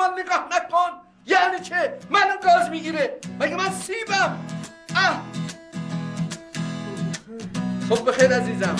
من نگاه نکن یعنی چه منو گاز میگیره مگه من سیبم اه خب بخیر عزیزم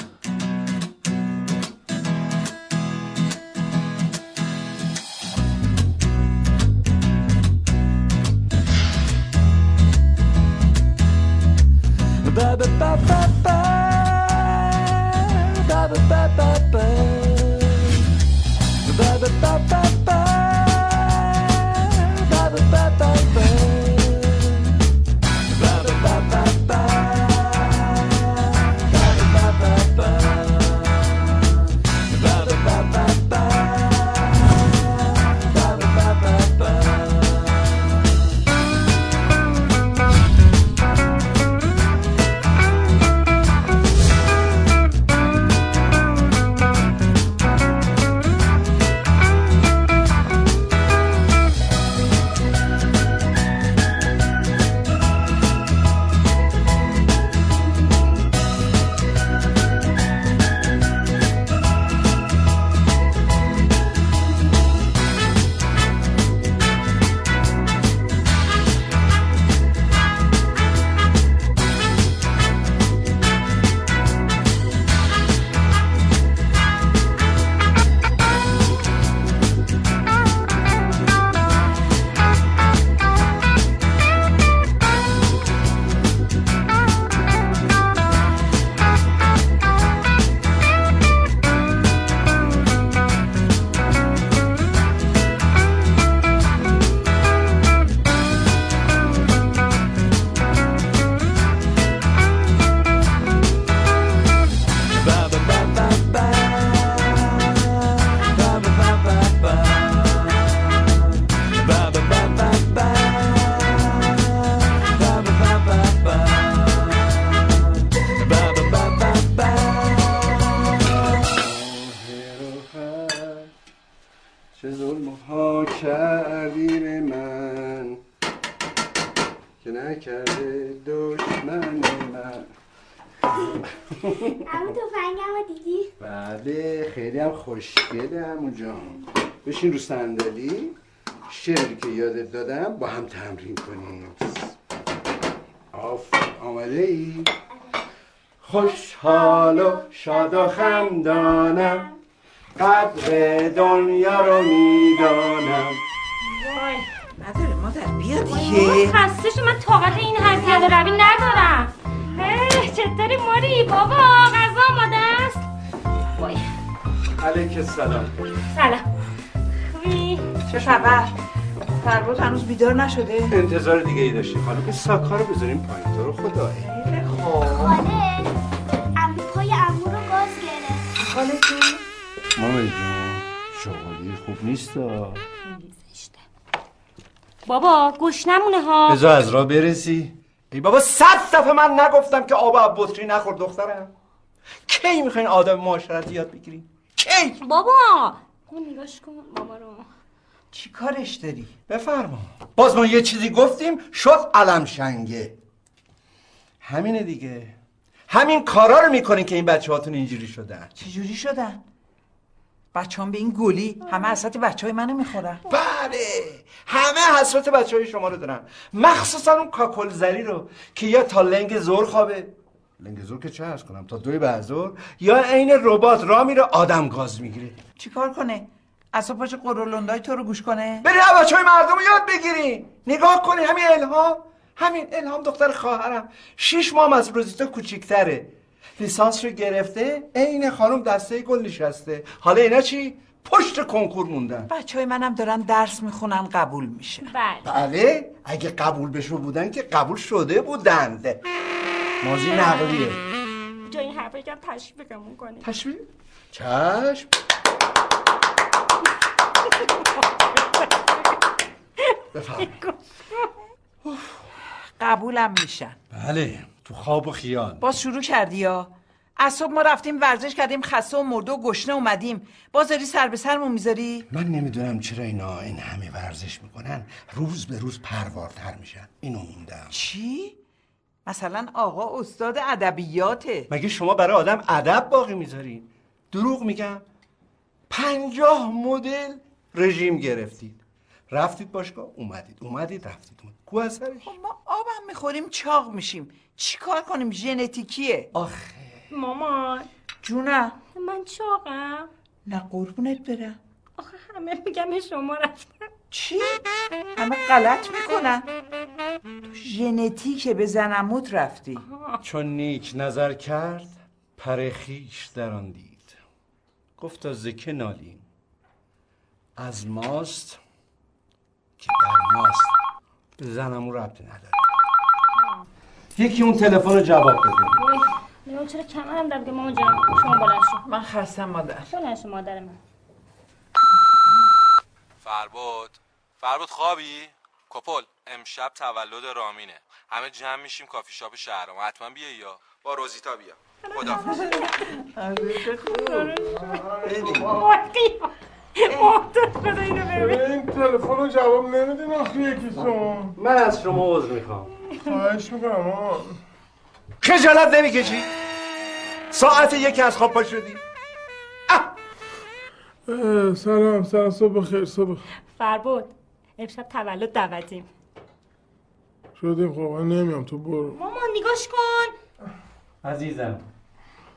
چه ظلم ها کردی به من که نکرده دشمن من همون تفنگم رو دیدی بله خیلی هم خوشگله همون جان بشین رو صندلی شعری که یادت دادم با هم تمرین کنیم آف آمده ای خوشحال و شاد و خندانم قدر دنیا رو میدانم وای نداره مادر بیا بابا دیگه خسته شد من طاقت این هزینه روی ندارم اه، چطوری موری بابا غذا آماده است وای علیک السلام سلام خوبی چه خبر فرباد هنوز بیدار نشده انتظار دیگه ای داشتی خانم این ساکا رو بذاریم پایین تو رو خدا خیلی خوب خاله امو پای امو رو گاز گرفت خالتون مامان جون شغالی خوب نیست بابا گوش نمونه ها بذار از را برسی ای بابا صد دفعه من نگفتم که آب از بطری نخور دخترم کی میخواین آدم معاشرتی یاد بگیریم کی بابا اون نگاش کن بابا رو چی کارش داری بفرما باز ما یه چیزی گفتیم شد علم شنگه همینه دیگه همین کارا رو میکنین که این بچه هاتون اینجوری شدن چجوری شدن بچه هم به این گلی همه حسرت بچه های منو میخورن بله همه حسرت بچه های شما رو دارن مخصوصا اون کاکل زری رو که یا تا لنگ زور خوابه لنگزور که چه عرض کنم تا دوی بعضور یا عین ربات را میره آدم گاز میگیره چی کار کنه اصلا پاچه قرولندای تو رو گوش کنه برین از بچه های مردم رو یاد بگیرین نگاه کنین همین الهام همین الهام دختر خواهرم شیش ماه هم از روزیتا کوچیکتره لیسانس رو گرفته عین خانم دسته گل نشسته حالا اینا چی پشت کنکور موندن بچه های منم دارن درس میخونن قبول میشه بله بله اگه قبول بشو بودن که قبول شده بودند مازی نقلیه جای این حرف یکم تشویقمون کنی تشبیه چشم قبولم میشن بله تو خواب و خیال باز شروع کردی یا از صبح ما رفتیم ورزش کردیم خسته و مرده و گشنه اومدیم باز داری سر به سرمون میذاری من نمیدونم چرا اینا این همه ورزش میکنن روز به روز پروارتر میشن اینو موندم چی مثلا آقا استاد ادبیاته مگه شما برای آدم ادب باقی میذارین دروغ میگم پنجاه مدل رژیم گرفتید رفتید باشگاه اومدید اومدید رفتید اومدید کو از سرش خب ما آب هم میخوریم چاق میشیم چیکار کنیم ژنتیکیه آخه مامان جونم من چاقم نه قربونت برم آخه همه میگم شما رفتم چی؟ همه غلط میکنن تو ژنتیک به زنموت رفتی چون نیک نظر کرد پر خیش در آن دید گفت تا زکه نالیم از ماست که در ماست به زنمو ربطی نداره یکی اون تلفن رو جواب بده وای لیون چرا کمرم درد که مامان جان شما بلند شو من خستم مادر بلند شو مادر من فربود فربود خوابی کپل امشب تولد رامینه همه جمع میشیم کافی شاپ شهرام حتما بیا یا با روزیتا بیا خدا وای قیام مادر خدا اینو ببین این تلفن رو جواب نمیدین آخه یکیشون من از شما عذر میخوام خواهش میکنم آقا خجالت نمیکشی ساعت یکی از خواب پا شدی اه، سلام سلام صبح خیر صبح فربود امشب تولد دعوتیم شدیم خب من نمیام تو برو مامان نگاش کن عزیزم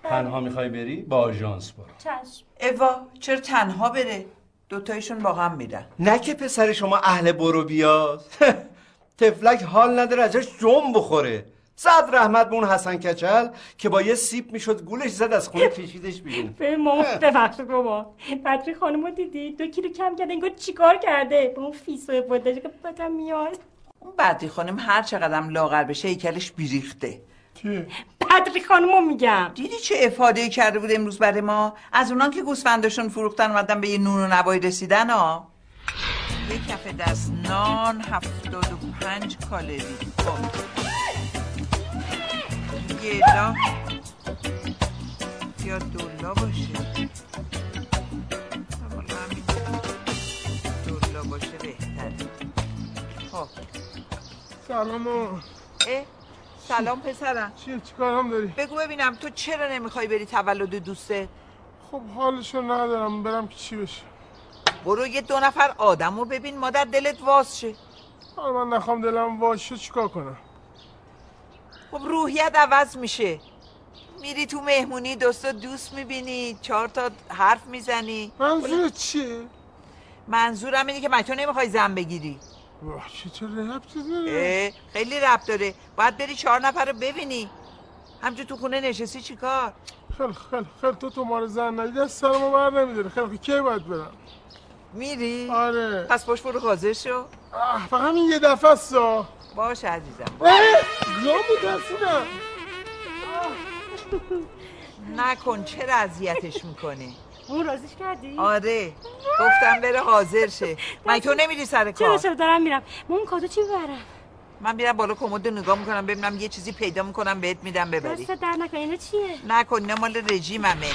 تنها میخوای بری با آژانس برو چشم اوا چرا تنها بره دوتایشون با هم میرن نه که پسر شما اهل برو بیاد تفلک حال نداره ازش جم بخوره صد رحمت به اون حسن کچل که با یه سیب میشد گولش زد از خونه کشیدش بیرون به مامان ببخشید بابا بدری خانم رو دیدی دو کیلو کم کرده انگار چیکار کرده با اون فیسو بودش که بدم میاد اون بدی خانم هر چقدرم لاغر بشه هیکلش بیریخته کیه؟ بدری خانم رو میگم دیدی چه افاده کرده بود امروز برای ما از اونان که گوسفنداشون فروختن اومدن به یه نون و نبایی رسیدن ها یه کف دست نان هفتاد و پنج کالری خب. یه لا یا دولا باشه والا همین دولا باشه بهتره خب سلام آقا اه، سلام پسرم چیه چیکارم داری بگو ببینم تو چرا نمیخوای بری تولد دوسته خب حالشو ندارم برم که چی بشه برو یه دو نفر آدم رو ببین مادر دلت واز شه حالا آره، من نخوام دلم واشه چیکار کنم خب روحیت عوض میشه میری تو مهمونی دوستا دوست میبینی چهار تا حرف میزنی منظور چیه منظورم اینه که مکتو نمیخوای زن بگیری واه چه چه ربطی داره اه، خیلی رب داره باید بری چهار نفر رو ببینی همچون تو خونه نشستی چیکار خیلی خیلی خیلی تو تو ما رو زن ندی دست سرمو بر نمیداره خیلی خیلی کی باید برم میری آره پس پشت برو حاضر شو آه، فقط همین یه دفعه است آه. باش عزیزم اه، گام بود دستونم نکن چرا اذیتش میکنی اون رازیش کردی آره گفتم بره حاضر شه مکتو نمیری سر چرا کار چرا دارم میرم مامان کادو چی ببرم من میرم بالا کمد رو نگاه میکنم ببینم یه چیزی پیدا میکنم بهت میدم ببری دست در نکنه اینا چیه نکن نه مال رژیممه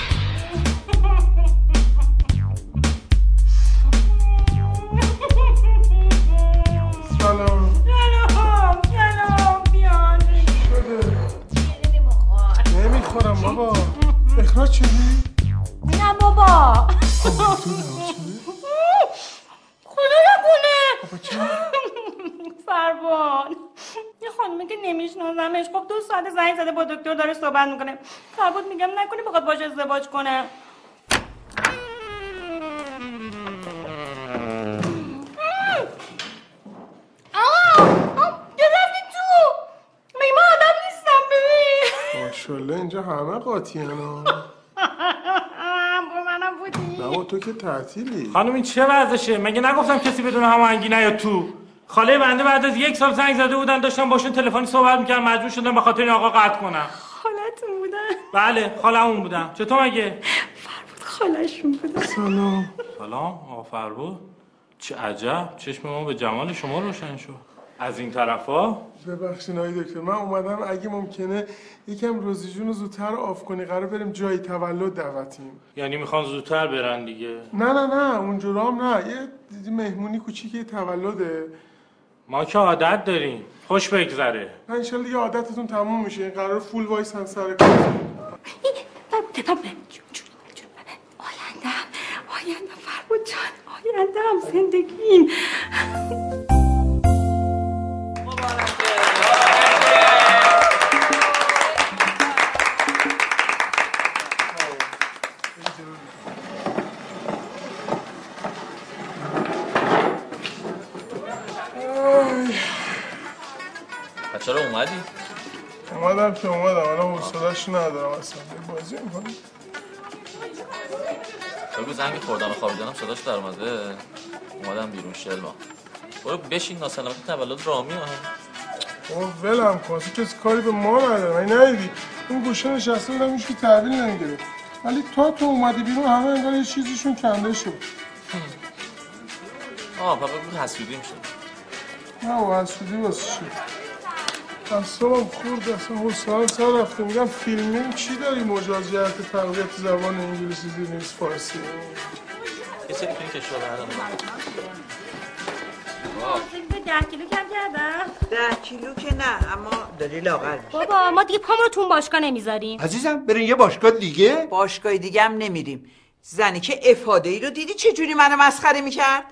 سلام سلام سلام بیان نمیخورم بابا اخراج شدی؟ نه بابا خدا نکنه فربان یه خانومه که نمیشناسمش خب دو ساعت زنگ زده با دکتر داره صحبت میکنه فربود میگم نکنه بخواد باش ازدواج کنه آقا آه، یه رفتی تو مگه من آدم نیستم ببین ماشالله اینجا همه قاطی هنو با منم بودی نه با تو که تعطیلی خانم این چه وضعشه مگه نگفتم کسی بدون هماهنگی نیاد تو خاله بنده بعد از یک سال زنگ زده بودن داشتم باشون تلفنی صحبت میکردم مجبور شدم به خاطر این آقا قطع کنم خالتون بودن بله خالمون بودم چطور مگه خالشون بودن سلام سلام آقا فربو چه عجب چشم ما به جمال شما روشن شد از این طرفا ببخشین آقای دکتر من اومدم اگه ممکنه یکم روزی جون رو زودتر آف کنی قرار بریم جای تولد دعوتیم یعنی میخوان زودتر برن دیگه نه نه نه اونجورا هم نه یه مهمونی کوچیکی تولده ما که عادت داریم خوش بگذره نه انشالله دیگه عادتتون تموم میشه این قرار فول وایس هم سر کار آیندم آیندم فربود جان آیندم آیندم زندگیم پس چرا اومدی؟ اومدم که اومدم الان حوصله‌اش ندارم اصلا یه بازی میکنم بگو زنگ خوردن و خوابیدنم صداش در اومده اومدم بیرون شلما برو بشین ناسلامتی تولد رامی ها بابا ولم کن اصلا کسی کاری به ما نداره من ندیدی اون گوشه نشسته بودم هیچ که تحویل نمیگرفت ولی تا تو اومدی بیرون همه انگار یه چیزیشون کنده شد آه پس بگو حسودیم شد نه و حسودی واسه شد اصابم خورد اصلا حسنان سر رفته میگم فیلمیم چی داری مجاز جهت تقویت زبان انگلیسی زیر نیست فارسی یه سری تو این کشور هرم به ده کیلو کم کردم ده کیلو که نه اما داری لاغر می‌شی. بابا ما دیگه پامون رو تو اون باشگاه نمیذاریم عزیزم برین یه باشگاه دیگه باشگاه دیگه هم نمیریم زنی که افاده ای رو دیدی چه جوری منو مسخره میکرد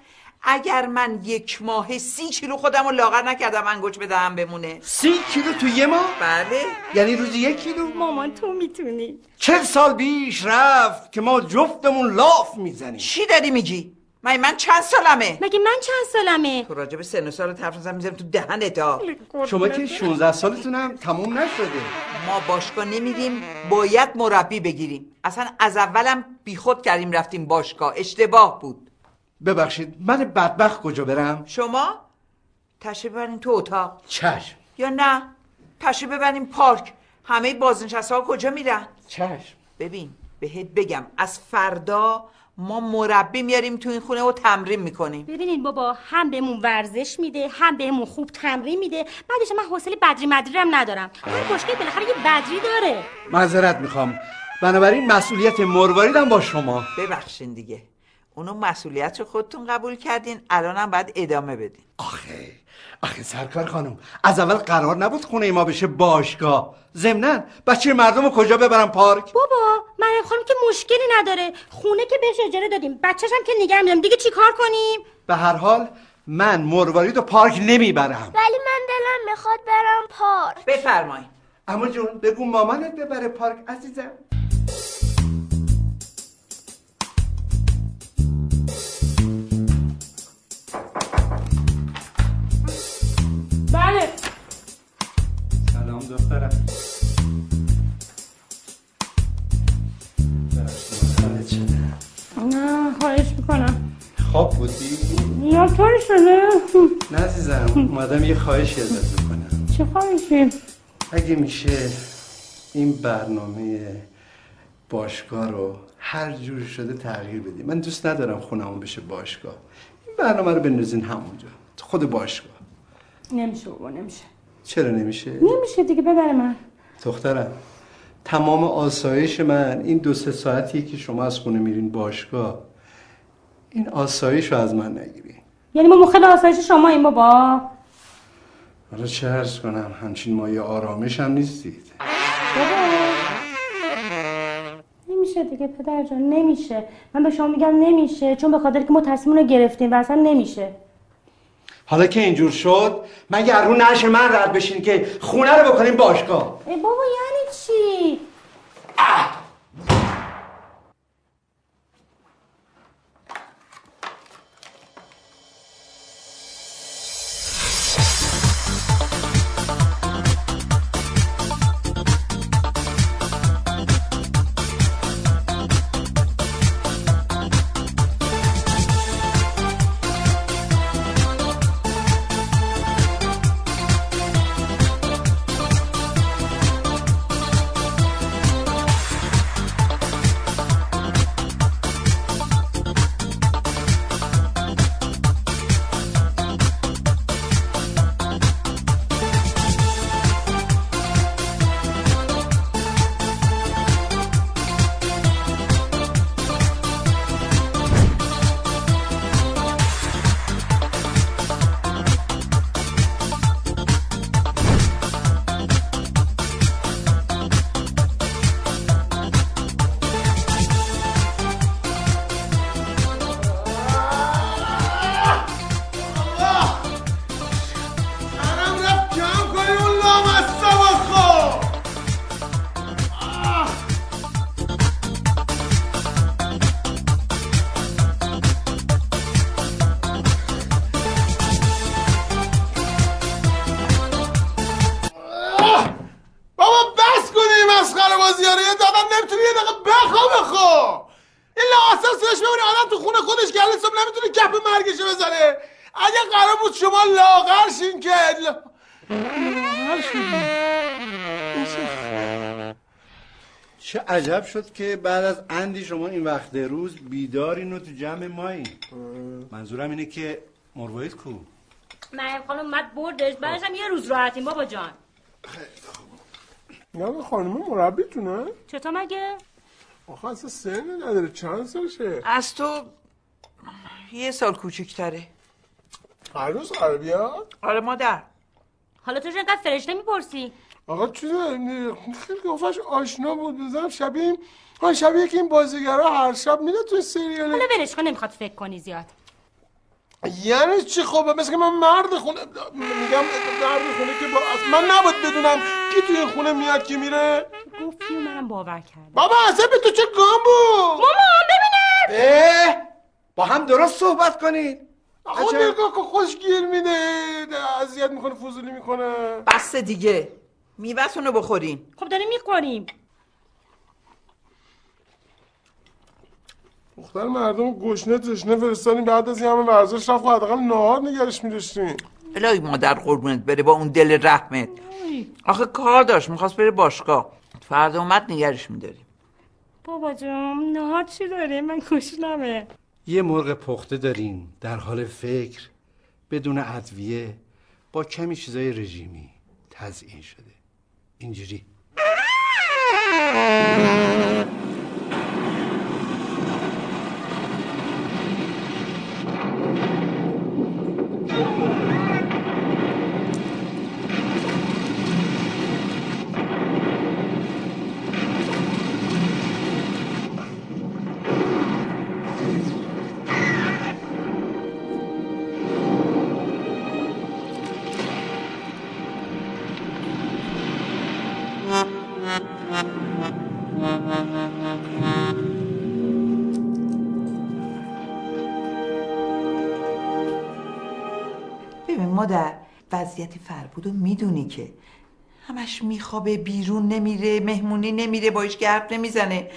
اگر من یک ماه سی کیلو خودم رو لاغر نکردم انگوچ بدم بمونه سی کیلو تو یه ماه بله یعنی روزی یک کیلو مامان تو میتونی چل سال بیش رفت که ما جفتمون لاف میزنیم چی داری میگی من من چند سالمه مگه من چند سالمه تو راجب سن و سال طرف نزن میذارم تو دهنت ها شما که 16 سالتون هم تموم نشده ما باشگاه نمیریم باید مربی بگیریم اصلا از اولم بیخود کردیم رفتیم باشگاه اشتباه بود ببخشید من بدبخت کجا برم شما تشریف ببرین تو اتاق چشم یا نه تشریف ببرین پارک همه بازنشسته ها کجا میرن چشم ببین بهت بگم از فردا ما مربی میاریم تو این خونه و تمرین میکنیم ببینین بابا هم بهمون ورزش میده هم بهمون خوب تمرین میده بعدش من حوصله بدری مدری هم ندارم هر باشگاهی بالاخره یه بدری داره معذرت میخوام بنابراین مسئولیت مرواریدم با شما ببخشین دیگه اونو مسئولیت رو خودتون قبول کردین الانم باید ادامه بدین آخه آخه سرکار خانم از اول قرار نبود خونه ما بشه باشگاه ضمنا بچه مردم رو کجا ببرم پارک بابا مریم خانم که مشکلی نداره خونه که بهش اجاره دادیم بچه‌ش هم که نگه میداریم دیگه چیکار کنیم به هر حال من مروارید و پارک نمیبرم ولی من دلم میخواد برم پارک بفرمایید اما جون بگو مامانت ببره پارک عزیزم بله سلام دخترم نه خواهش میکنم خواب بودی؟ یا طوری شده نه عزیزم اومدم یه خواهشی ازت بکنم چه خواهشی اگه میشه این برنامه باشگاه رو هر جور شده تغییر بدی من دوست ندارم خونمون بشه باشگاه این برنامه رو بندازین همونجا تو خود باشگاه نمیشه بابا نمیشه چرا نمیشه؟ نمیشه دیگه ببر من دخترم تمام آسایش من این دو سه ساعتی که شما از خونه میرین باشگاه این آسایش رو از من نگیرین یعنی ما مخل آسایش شما این بابا حالا چه عرض کنم همچین مایه آرامش هم نیستید نمیشه دیگه پدر جان نمیشه من به شما میگم نمیشه چون به خاطر که ما تصمیم رو گرفتیم و اصلا نمیشه حالا که اینجور شد مگر رو نش من رد بشین که خونه رو بکنیم باشگاه ای بابا یعنی چی فردا مرگشو بزنه اگه قرار بود شما لاغر شین که لا- لاغر شدی. چه عجب شد که بعد از اندی شما این وقت روز بیدارین و تو جمع مایی منظورم اینه که مروایت کو مریم خانم اومد بردش بعدش هم یه روز راحتیم بابا جان نه خانم مربیتونه چطور مگه آخه اصلا سن نداره چند سالشه از تو یه سال کوچیک‌تره هنوز قرار بیاد آره مادر حالا تو چرا اینقدر فرشته میپرسی آقا چیزه خیلی قفش آشنا بود بزنم شبیه این آه، شبیه که این بازیگرا هر شب میره تو سریال حالا ولش کن نمیخواد فکر کنی زیاد یعنی چی خب مثل که من مرد خونه میگم مرد خونه که با... من نباید بدونم کی توی خونه میاد کی میره گفتی و منم باور کردم بابا اصلا به تو چه گام بود مامان ببینم اه با هم درست صحبت کنید خود نگاه که خوشگیر میده اذیت میکنه فضولی میکنه بس دیگه میوه‌تون رو بخورین خب داریم میخوریم دختر مردم گشنه تشنه فرستادیم بعد از این همه ورزش رفت خب حداقل نهار نگرش میداشتیم الهی مادر قربونت بره با اون دل رحمت آخه کار داشت میخواست بره باشگاه فردا اومد نگرش میداریم بابا جون نهار چی داره من گشنمه یه مرغ پخته داریم در حال فکر بدون ادویه با کمی چیزای رژیمی تزیین شده اینجوری ببین مادر وضعیت فربود رو میدونی که همش میخوابه بیرون نمیره مهمونی نمیره با هیچ گرب نمیزنه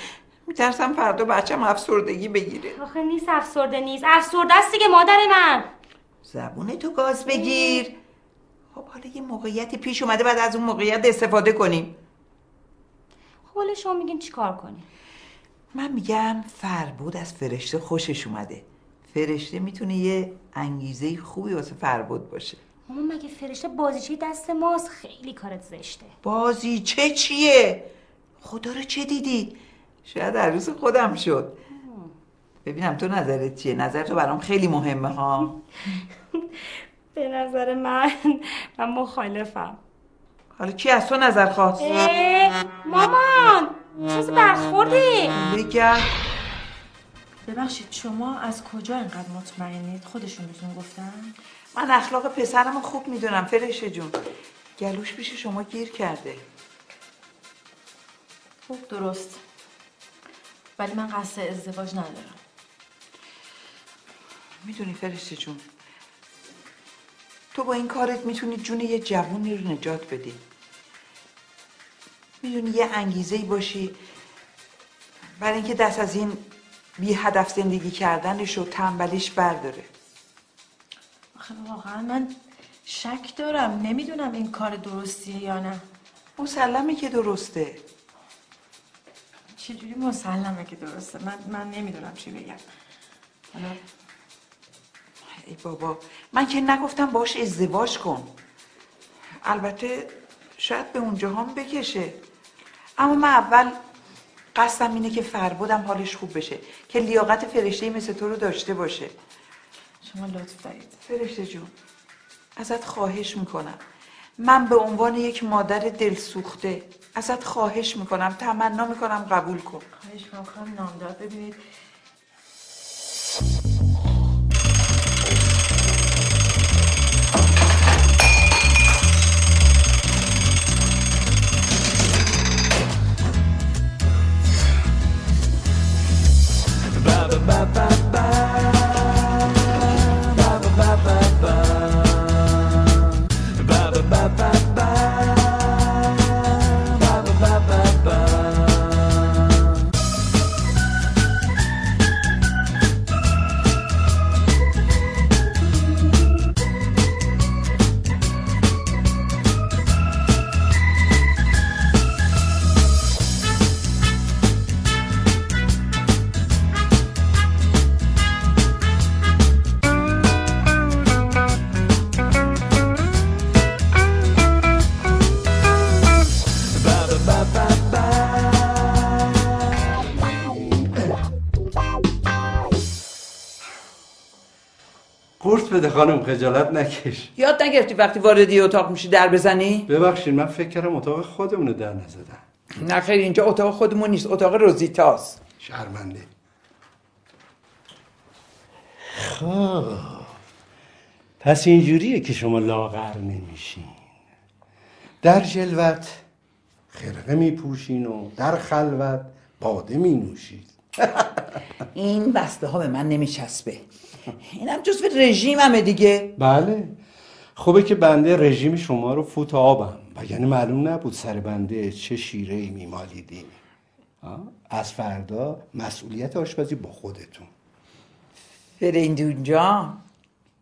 میترسم فردا بچم افسردگی بگیره آخه نیست افسرده نیست افسرده است دیگه مادر من زبون تو گاز بگیر خب حالا یه موقعیتی پیش اومده بعد از اون موقعیت استفاده کنیم خب حالا شما میگین چیکار کنیم من میگم فربود از فرشته خوشش اومده فرشته میتونه یه انگیزه خوبی واسه فربود باشه مامان مگه فرشته بازیچه دست ماست خیلی کارت زشته بازی چه چیه خدا رو چه دیدی شاید عروس خودم شد ببینم تو نظرت چیه نظر تو برام خیلی مهمه ها به نظر من من مخالفم حالا کی از تو نظر خواست اه، مامان چیز برخوردی بگم ببخشید شما از کجا اینقدر مطمئنید خودشون بهتون گفتن من اخلاق پسرم رو خوب میدونم فرشته جون گلوش پیش شما گیر کرده خب درست ولی من قصد ازدواج ندارم میدونی فرشته جون تو با این کارت میتونی جون یه جوونی رو نجات بدی میدونی یه انگیزه باشی برای اینکه دست از این بی هدف زندگی کردنش و تنبلیش برداره آخه واقعا من شک دارم نمیدونم این کار درستیه یا نه مسلمه که درسته چجوری مسلمه که درسته من, من نمیدونم چی بگم حالا ای بابا من که نگفتم باش ازدواج کن البته شاید به اونجا هم بکشه اما من اول قصدم اینه که فربودم حالش خوب بشه که لیاقت فرشته مثل تو رو داشته باشه شما لطف دارید فرشته جون ازت خواهش میکنم من به عنوان یک مادر دلسوخته ازت خواهش میکنم تمنا میکنم قبول کن خواهش میکنم نامدار ببینید بده خانم خجالت نکش یاد نگرفتی وقتی واردی اتاق میشی در بزنی؟ ببخشید من فکر کردم اتاق خودمون رو در نزدم نه خیر اینجا اتاق خودمون نیست اتاق روزیتاست شرمنده خب پس اینجوریه که شما لاغر نمیشین در جلوت خرقه میپوشین و در خلوت باده مینوشید این بسته ها به من نمیچسبه اینم جزو رژیممه دیگه بله خوبه که بنده رژیم شما رو فوت آبم وگرنه معلوم نبود سر بنده چه شیره ای میمالیدین از فردا مسئولیت آشپزی با خودتون فریندون جان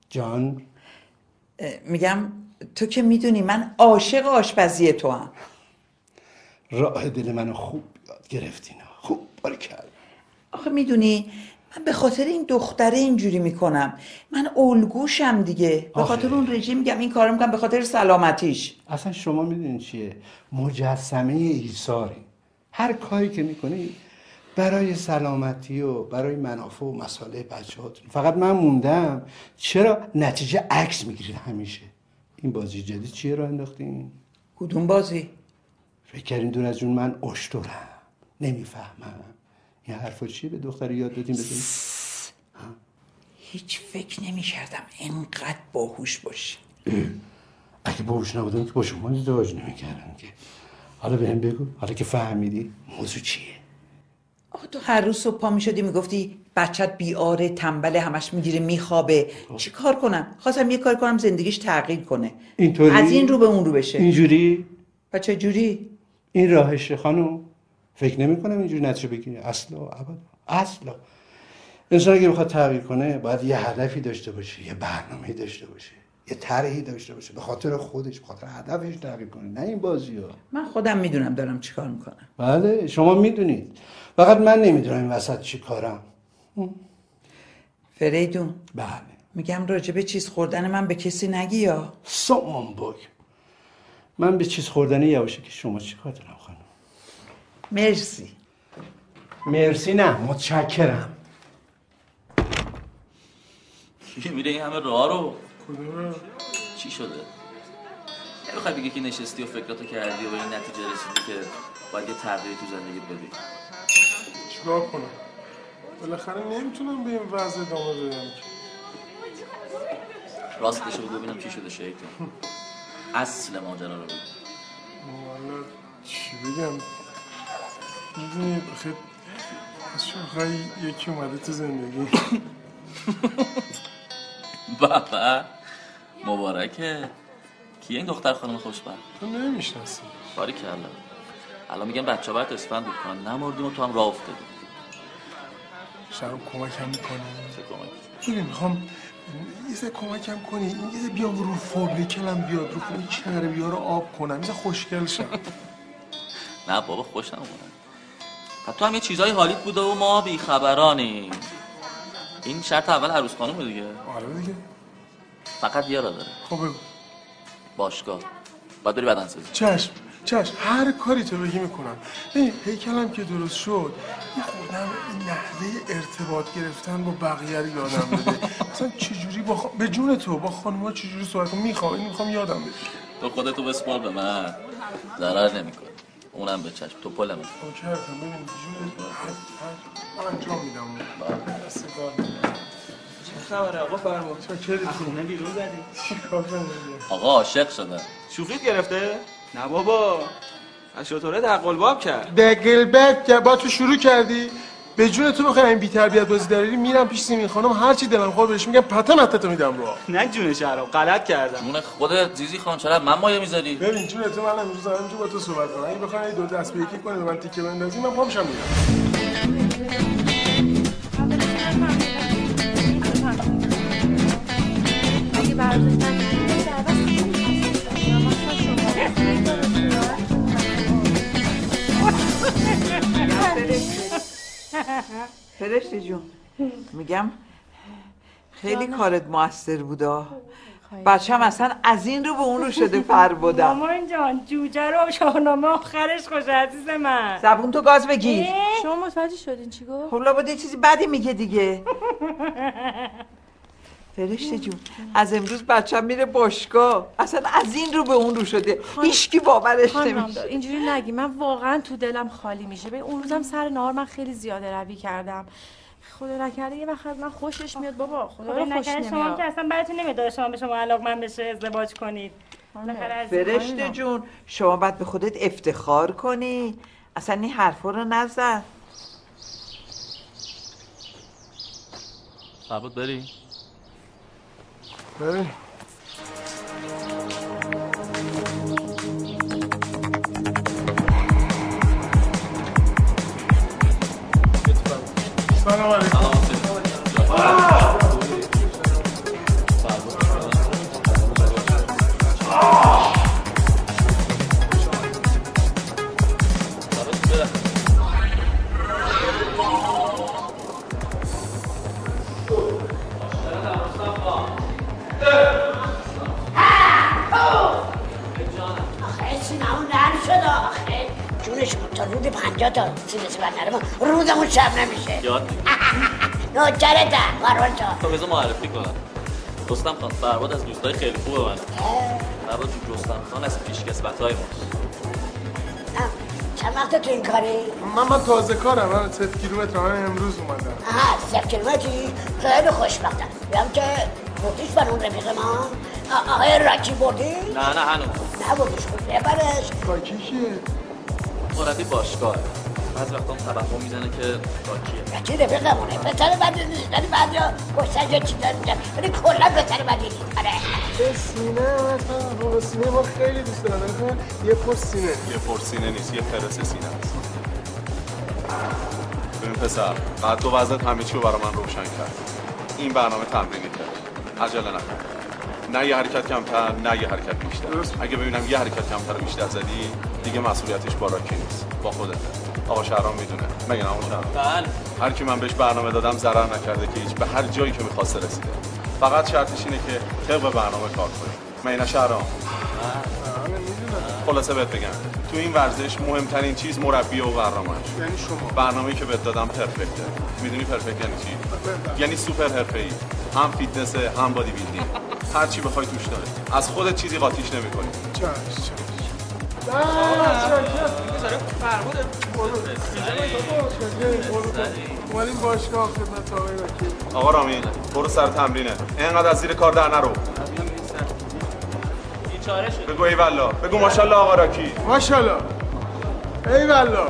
جان اه، میگم تو که میدونی من عاشق آشپزی تو هم راه دل منو خوب یاد گرفتین خوب باری کرد آخه میدونی من به خاطر این دختره اینجوری میکنم من الگوشم دیگه به آخه. خاطر اون رژیم میگم این کارو میکنم به خاطر سلامتیش اصلا شما میدونین چیه مجسمه ایثاری هر کاری که میکنی برای سلامتی و برای منافع و مصالح بچهاتون فقط من موندم چرا نتیجه عکس میگیرید همیشه این بازی جدید چیه رو انداختین کدوم بازی فکر کردین دور از جون من اشترم نمیفهمم این حرفا چیه به دختر یاد دادیم بدون هیچ فکر نمیکردم اینقدر باهوش باشی اگه باهوش نبودم که با شما ازدواج نمیکردم که حالا بهم بگو حالا که فهمیدی موضوع چیه آخه تو هر روز صبح پا میشدی میگفتی بچت بیاره تنبله همش میگیره میخوابه چی کار کنم خواستم یه کار کنم زندگیش تغییر کنه اینطوری از این رو به اون رو بشه اینجوری و چه جوری این راهشه خانم فکر نمی کنم اینجوری نتیجه بگیری اصلا ابدا اصلا انسان اگه بخواد تغییر کنه باید یه هدفی داشته باشه یه برنامه داشته باشه یه طرحی داشته باشه به خاطر خودش به خاطر هدفش تغییر کنه نه این بازی ها من خودم میدونم دارم چیکار میکنم بله شما میدونید فقط من نمیدونم این وسط چی کارم فریدون بله میگم راجبه چیز خوردن من به کسی نگی یا سامان بگ من به چیز خوردن یواشه که شما چی کار دارم خانم مرسی مرسی نه متشکرم کی میره این همه راه رو چی شده نمیخوای بگی که نشستی و فکراتو کردی و به این نتیجه رسیدی که باید یه تغییری تو زندگیت بدی چیکار کنم بالاخره نمیتونم به این وضع ادامه بدم که راستش رو بگو ببینم چی شده شیطون اصل ماجرا رو بگو والا چی بگم میدونی بخیر از شما خواهی یکی اومده تو زندگی بابا مبارکه کی این دختر خانم خوشبخت تو نمیشنسی باری کلا الان میگن بچه باید اسفند بود کنن نمردیم و تو هم راه افتادی شب کمکم میکنی چه کمکی ببین میخوام یه ذره کمکم کنی این یه ذره بیام رو فابریکلم بیاد رو فابریک چهره بیا رو آب کنم یه ذره خوشگل شم نه بابا خوشم اومد حتی هم یه چیزای حالیت بوده و ما بیخبرانیم این شرط اول عروس خانم دیگه آره دیگه فقط یه را داره خب بگو باشگاه باید بری بدن سازی چشم چشم هر کاری تو بگی میکنم ببین هیکلم که درست شد یه خوردم این نحوه ارتباط گرفتن با بقیه رو یادم بده مثلا چجوری با خ... به جون تو با خانم‌ها چجوری صحبت کنم میخوام این میخوام یادم بده تو خودتو بسپار به من ضرر نمیکن اونم به چشم تو پل من اوکی کردم ببین به جون تو هر- هر- من انجام میدم دست کار. چه خبره آقا فرما چاکرتون. از خونه بیرون زدی چی کار کنم آقا عاشق شدن شوخیت گرفته نه بابا از شطوره در قلباب کرد دگل بک که با تو شروع کردی به جون تو بخیر این بی‌تربیت بازی داری میرم پیش سیمین خانم هر چی دلم خواهد بهش میگم پتن حتتو میدم رو آب. نه جون شهرام غلط کردم جون خودت زیزی خان چرا من مایه میذاری ببین جون تو من امروز دارم که با تو صحبت کنم اگه بخوام یه دو دست به یکی کنه به من تیکه بندازی من پامشم میرم فرشته جون میگم خیلی کارت موثر بودا بچه هم اصلا از این رو به اون رو شده فر بودم مامان جان جوجه رو شاهنامه آخرش خوش عزیز من زبون تو گاز بگیر شما متوجه شدین چی گفت؟ خب لابد یه چیزی بدی میگه دیگه فرشته جون از امروز بچم میره باشگاه اصلا از این رو به اون رو شده هیچکی باورش خانم نمیشه اینجوری نگی من واقعا تو دلم خالی میشه به اون روزم سر نهار من خیلی زیاده روی کردم خدا نکرده یه وقت از من خوشش میاد بابا خدا خدا رو خوش نکرده شما نمیاد که اصلا براتون نمیداره شما به شما علاقمند بشه ازدواج کنید بالاخره از- فرشته جون شما باید به خودت افتخار کنی اصلا این حرفا رو نزد فرباد بری بله سلام علیکم آخه سینمون نرم شد آخه جونش بود تا رود پنجا تا سینه سیبت نرم روزمون شب نمیشه یاد بگیر. نوکرتم قربان تا خب بذار معرفی کنم رستم خان فرباد از دوستای خیلی خوب من فرباد جون رستم خان از پیشکسوتای ما چند وقت تو این کاری؟ من من تازه کارم من صفر کیلومتر من امروز اومدم آها سف کلمتی خیلی خوشبختم بیم که بردیش بر اون رفیق ما آ- آقای راکی بردی؟ نه نه هنوز نه بردیش خود ببرش راکی کیه؟ مربی باشگاه بعض وقتا هم توهم میزنه که راکیه چی رفیقمونه پسر بدی نیست ولی بعد یا پشتن یا چیزا میگن ولی کلا پسر بدی نیست آره به سینه هم اصلا رو سینه ما خیلی دوست دارم دارم یه پر سینه یه پرسینه نیست یه پرس سینه است ببین پسر قد و وزنت همه چی رو برای من روشن کرد این برنامه تمرینیته عجله نکن نه یه حرکت کمتر نه یه حرکت بیشتر اگه ببینم یه حرکت کمتر و بیشتر زدی دیگه مسئولیتش با راکی نیست با خودت آقا شهرام میدونه مگه نه آقا بله. شهرام هر کی من بهش برنامه دادم ضرر نکرده که هیچ به هر جایی که میخواسته رسیده فقط شرطش اینه که طبق برنامه کار کنی مگه نه شهرام خلاصه بهت بگم تو این ورزش مهمترین چیز مربی و برنامه یعنی شما برنامه‌ای که بهت دادم پرفکته میدونی پرفکت یعنی چی یعنی سوپر حرفه‌ای هم فیتنس هم بادی بیلدینگ هر چی بخوای توش داره از خودت چیزی قاطیش نمی‌کنی چش اومدیم باشگاه خدمت آقای وکیل آقا رامین برو سر تمرینه اینقدر از زیر کار در نرو بگو ایوالا بگو ماشاءالله آقا راکی ماشاءالله ای والا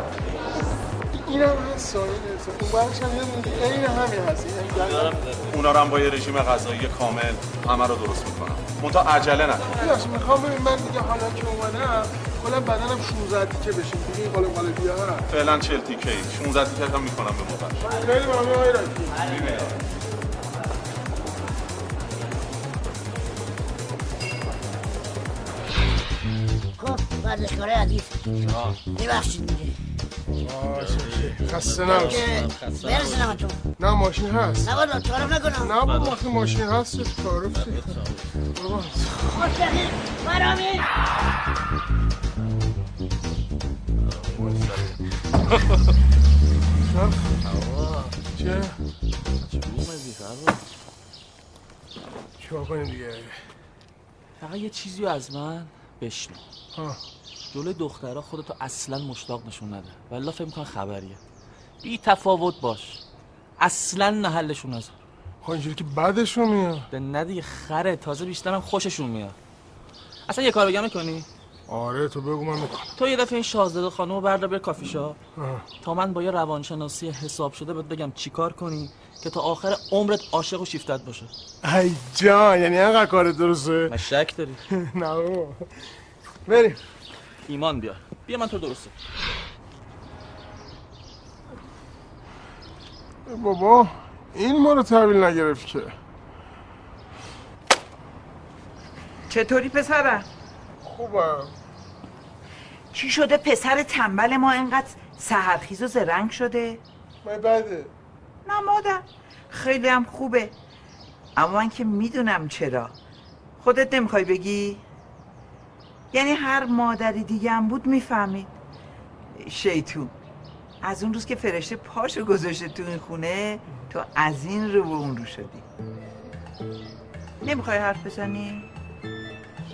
اینم هست سایل هست اون برش هم یه دونه این همین هست این هم گلم. اونا رو هم با یه رژیم غذایی کامل همه رو درست میکنم منتها عجله نکن ببخشید میخوام ببین من دیگه حالا که اومدم کلا بدنم 16 تیکه بشه دیگه این قالب قالبی ها هست فعلا 40 تیکه ای 16 تیکه هم میکنم به موقع خیلی ممنون آقای راکی خب ورزشکار عزیز ببخشید دیگه خسته نباش. نباش که برسونم تو. نه ماشین هست نه والا، تعارف نکنم. نه با وقتی ماشین هست چه تعارف چه؟ بابا. مستقیم برامین چه؟ فرباد چیکار کنیم دیگه فقط یه چیزی رو از من بشنو ها. جلوی دخترها خودتو اصلا مشتاق نشون نده والله فکر میکنن خبریه بی تفاوت باش اصلا نحلشون نظر خب اینجوری که بعدشون میاد نه دیگه خره تازه بیشترم خوششون میاد اصلا یه کار بگم میکنی آره تو بگو من میکنم تو یه دفعه این شاهزاده خانم رو بردار بر کافی شاپ آه. تا من با یه روانشناسی حساب شده بهت بگم چیکار کنی که تا آخر عمرت عاشق و شیفتت باشه ای جان یعنی اینقدر کار درسته من شک داری نه بابا بریم ایمان بیار بیا من تو رو درسته بابا این ما رو تحویل نگرفت که چطوری پسرم خوبم چی شده پسر تنبل ما اینقدر سهرخیز و زرنگ شده من بده نه مادر خیلی هم خوبه اما من که میدونم چرا خودت نمیخوای بگی یعنی هر مادری دیگه هم بود میفهمید شیطون از اون روز که فرشته پاشو گذاشته تو این خونه تو از این رو به اون رو شدی نمیخوای حرف بزنی؟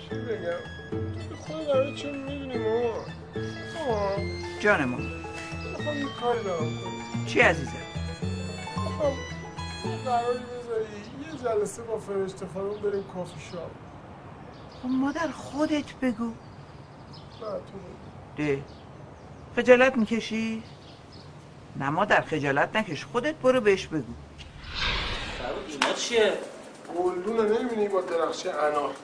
چی بگم خود برای چی میدونیم آقا آقا جانم ما میخوام یه کاری دارم چی عزیزم؟ میخوام یه قراری بذاری یه جلسه با فرشته خانم بریم کافی شاپ خب مادر خودت بگو نه تو بگو. ده خجالت میکشی؟ نه مادر خجالت نکش خودت برو بهش بگو اینا چیه؟ گلدونه نمیبینی با درخش انار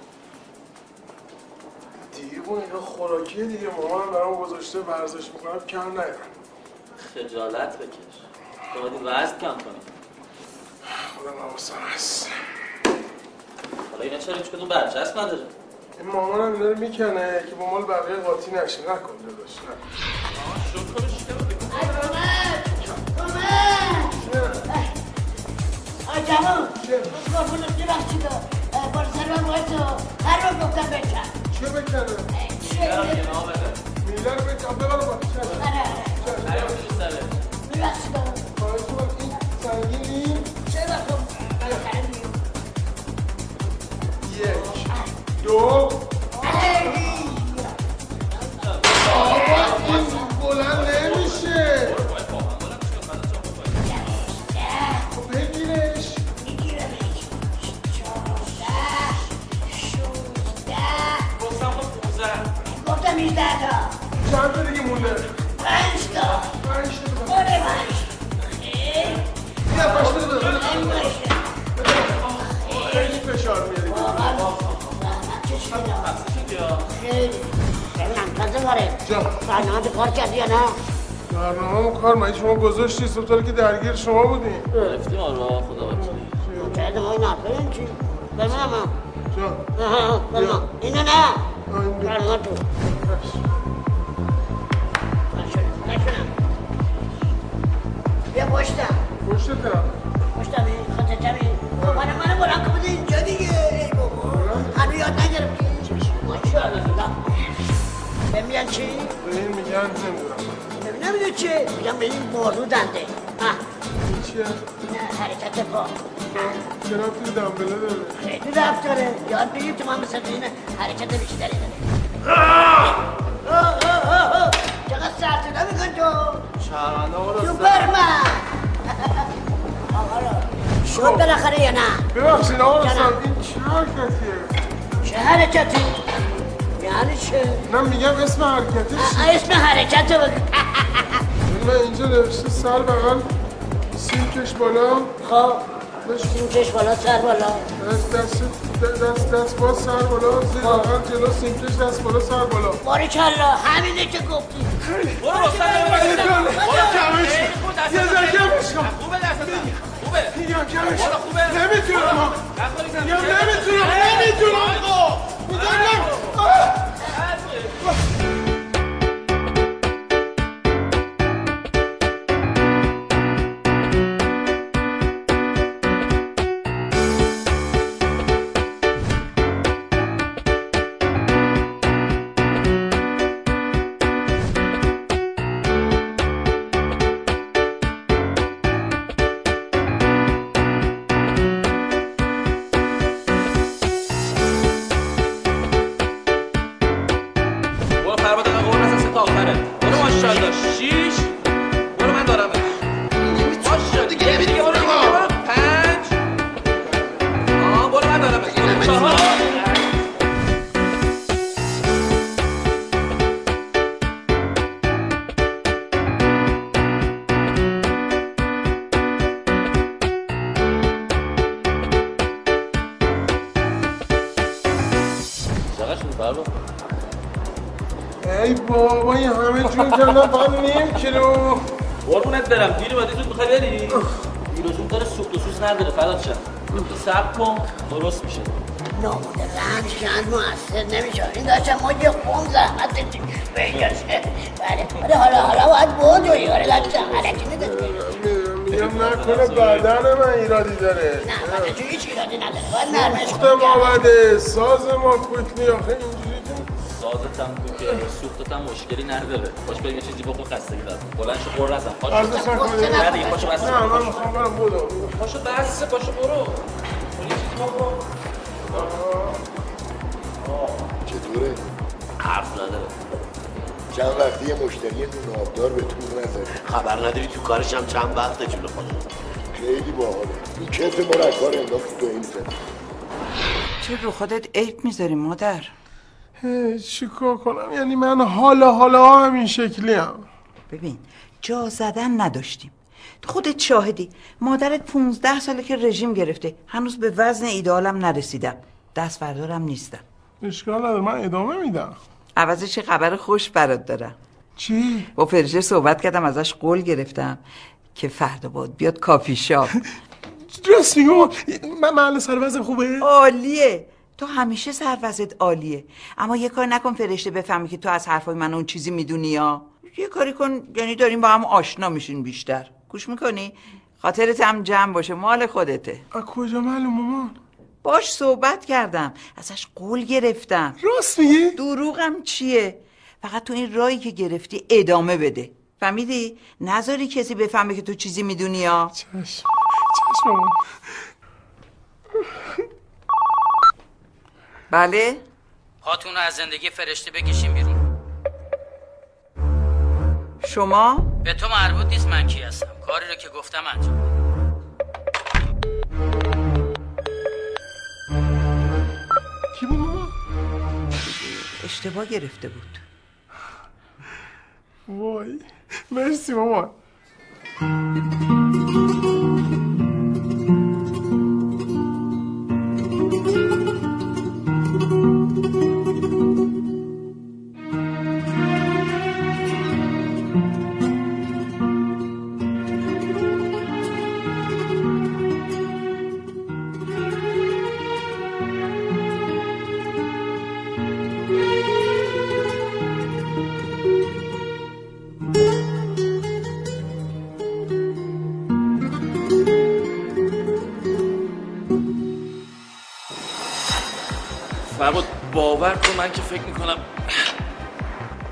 دیوونه اینا خوراکیه دیگه مامانم برام گذاشته ورزش میکنم کم نیارم خجالت بکش تو باید این وزن کم کنی خودم حواسم هست حالا اینا چرا هیچ کدوم برچسب نداره این مامانم اینا رو میکنه که با مال بقیه قاطی نشه نکن داداش نکن آی جوان میکروفونو یه وقتی به بالا سر من وایسا. هر وقت گفتم آره، بکن چه بکنه؟ چیه؟ میله رو بکن ببرم با آره میبخشی بابا سنگینی چه وقت بالاخره میام. یک دو آقا این بلند نمیشه خب بگیرش گفتم خب 15 گفتم 18 تا چند تا دیگه مونده پنج تا پنج تا بوده پنج بیا پشت رو بده، بده، بده، بده. خیلی فشار میاری خیلی ببینم تازه وارد برنامه تو کار کردی یا نه برنامه کار من شما گذاشتی صبح تا که درگیر شما بودیم گرفتیم آره خدا وکیلی متعهد ما این حرفا این چی ببینم من جان آها، ببینم اینو نه برنامه تو نشد، نشدم. بیا پشتم پشتتم پشتم این خطتم این بابانه منو بلند کن بده اینجا دیگه ای بابا هنو یاد نگرفتی ماشاءالله بهم میگن چی؟ به این میگن نمیدونم ببین نمیدون چه میگم به این بارو دنده ها این چیه؟ نه، حرکت پا چه رفتی دنبله داره خیلی رفت داره یاد بگیر تو من مثل این حرکت بیشتری داره آه، آه، آه، آه. چقدر سرسدا میکن تو شهرونده برو سوپرمن آقا را. شد بالاخره یا نه ببخشید آقا رستم، این چه حرکتیه چه حرکتی یعنی چه نه میگم اسم حرکتی آه، آه، اسم حرکت رو بگو. من اینجا نوشته سر بغل سیمکش بالا خب سیمکش بالا سر بالا دست دست دست دست باز سر بالا زیر بغل جلو سیمکش دست بالا سر بالا خب. باریکلا همینه که گفتی برو رستم، برو رستم. برو کمش خیلی کن. خوب دست یه ذره بزن. کمش کن. خوبه دست بزن. خوبه میگم کمش برو خوبه نمیتونم آقا. میگم نمیتونم نمیتونم آقا میگم نم- آه. برو فرباد آقا قرن نزن سه تا آخره برو ماشاءالله شیش برو من دارم ماشاءالله دیگه دیگه برو دیگه برو پنج آه برو من دارم برو چهار چقدر شد فرباد ای بابا این همه جون کردم فقط نیم کیلو قربونت برم دیری بعد زود میخوای بری دیروزون داره سوپ و سوس نداره فدات شم تو صبر کن درست میشه ناموده زن شن موثر نمیشه این داشتم ما یه قوم زحمت کشید. به اینجاشه. بله آره حالا حالا باید بردوی آره داشتم علکی نداشت میگم نکنه بدن من ایرادی داره نه بچه هیچ ایرادی نداره باید نرمش سوخت مابده ساز ما کوکنی آخه اینجوری که سازت هم تو که سوختت هم مشکلی نداره باش بریم یه چیزی بخور خستگی دار بلند شو قرن نزن پاشو ارزش نکنه نه دیگه پاشو بس نه من میخوام برم بودم پاشو بس پاشو برو برو یه چیزی بخور چطوره؟ حرف ندارم چند وقتی یه مشتری نون آبدار به تو نزد خبر نداری تو کارش هم چند وقته جلو خودت خیلی باحاله این کف مرکار انداخت تو این زد چه رو خودت عیب میذاری مادر هی، چیکار کنم یعنی من حالا حالا همین شکلی هم ببین جا زدن نداشتیم خودت شاهدی مادرت 15 ساله که رژیم گرفته هنوز به وزن ایدالم نرسیدم دست بردارم نیستم اشکال نداره من ادامه میدم عوضش یه خبر خوش برات دارم چی؟ با فرشه صحبت کردم ازش قول گرفتم که فردا باد بیاد کافی شاپ راست میگو من محل سروزم خوبه؟ عالیه تو همیشه سروزت عالیه اما یه کار نکن فرشته بفهمی که تو از حرفای من اون چیزی میدونی یا یه کاری کن یعنی داریم با هم آشنا میشین بیشتر گوش میکنی خاطرت هم جمع باشه مال خودته از کجا معلوم مامان باش صحبت کردم ازش قول گرفتم راست میگی دروغم چیه فقط تو این رایی که گرفتی ادامه بده فهمیدی نذاری کسی بفهمه که تو چیزی میدونی یا چشم چشم مامان. بله هاتون رو از زندگی فرشته بکشیم بیرون شما به تو مربوط نیست من کی هستم کاری رو که گفتم انجام بده. کی بود مامان؟ اشتباه گرفته بود وای مرسی مامان فرمود باور کن من که فکر میکنم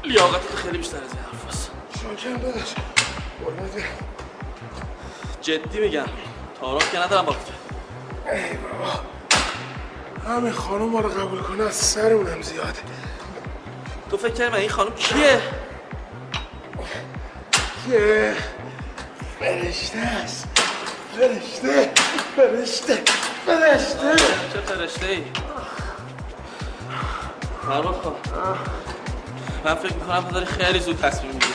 لیاقت تو خیلی بیشتر از این حرف هست شاکرم داداش قربونت جدی میگم تعارف که ندارم با تو ای بابا همین خانم ما رو قبول کنه از سرمونم زیاده تو فکر کردی من این خانم کیه که فرشته است فرشته فرشته فرشته چه فرشته ای فرمود کن من فکر میکنم تو داری خیلی زود تصمیم میگیری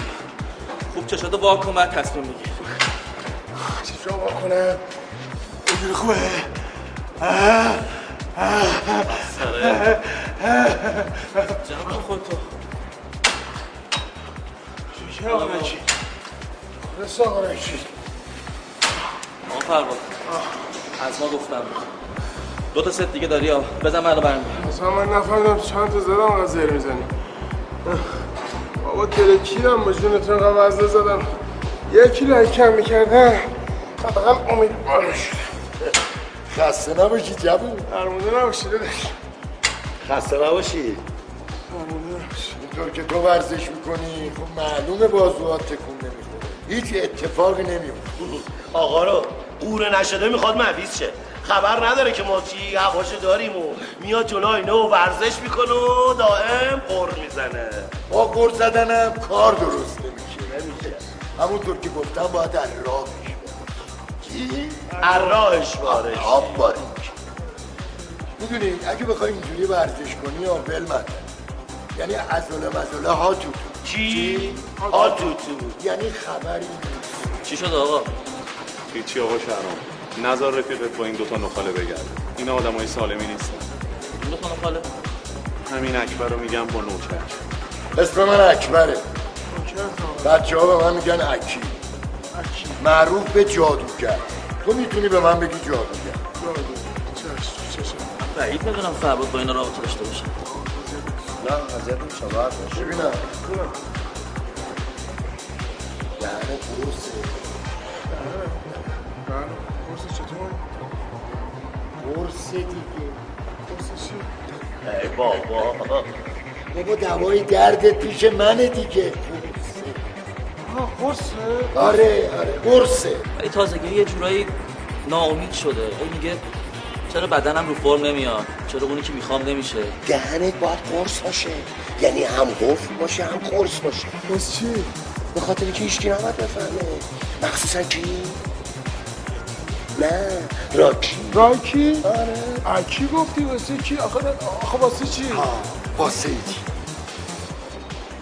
خوب چشاتو وا کن بعد تصمیم میگیری چشم وا کنم اینجوری خوبه آه، آه، سره. آه، جمع کن خودتو چه آقا نشی خلاص آقا نشی آقا فرمود از ما گفتم دو تا ست دیگه داری آ بزن منو برمیگرد اصلا من نفهمیدم چند تا زدم انقدر زر میزنی بابا ترکیرم با جون تو انقدر وزنه زدم یه کیلو اگه کم میکردم حداقل امیدوار میشدم خسته نباشی جبون درمونده نباشی دادش خسته نباشی اینطور که تو ورزش میکنی خب معلومه بازوهات تکون نمیخوره هیچ اتفاقی نمیفته آقا رو قوره نشده میخواد مفیز شه خبر نداره که ما چی هواشو داریم و میاد جلو آینه و ورزش میکنه و دائم قر میزنه با گل زدنم کار درست نمیشه نمیشه همونطور که گفتم باید از راهش کی؟ راهش بارش آب باریک میدونی اگه بخوای اینجوری ورزش کنی یا ول مکن. یعنی عضله مزله ها تو تو. چی؟ ها تو تو. یعنی خبری چی شد آقا؟ هیچی آقا شهرام نظر رفیقت با این دوتا نخاله بگرد این آدم های سالمی نیستن دو خانم خاله همین اکبر رو میگم با نوچک اسم من اکبره بچه ها به من میگن اکی معروف به جادوگر تو میتونی به من بگی جادوگر چشم چشم بعید بدونم فرباد با اینا رابطه داشته باشه نه حضرت شما ببینم دهنه درسته قرص چطور؟ قرص دیگه قرص چی؟ ای بابا بابا دوای دردت پیش منه دیگه آها قرصه؟ آره آره قرصه ولی تازگی یه جورایی ناامید شده اون میگه چرا بدنم رو فرم نمیاد چرا اونی که میخوام نمیشه دهنت باید قرص باشه یعنی هم قفل باشه هم قرص باشه بس چی؟ به خاطر که هیچکی نباید بفهمه مخصوصا کی؟ نه راکی راکی؟ آره اکی گفتی واسه کی؟ آخه آخه خب، واسه چی؟ واسه چی؟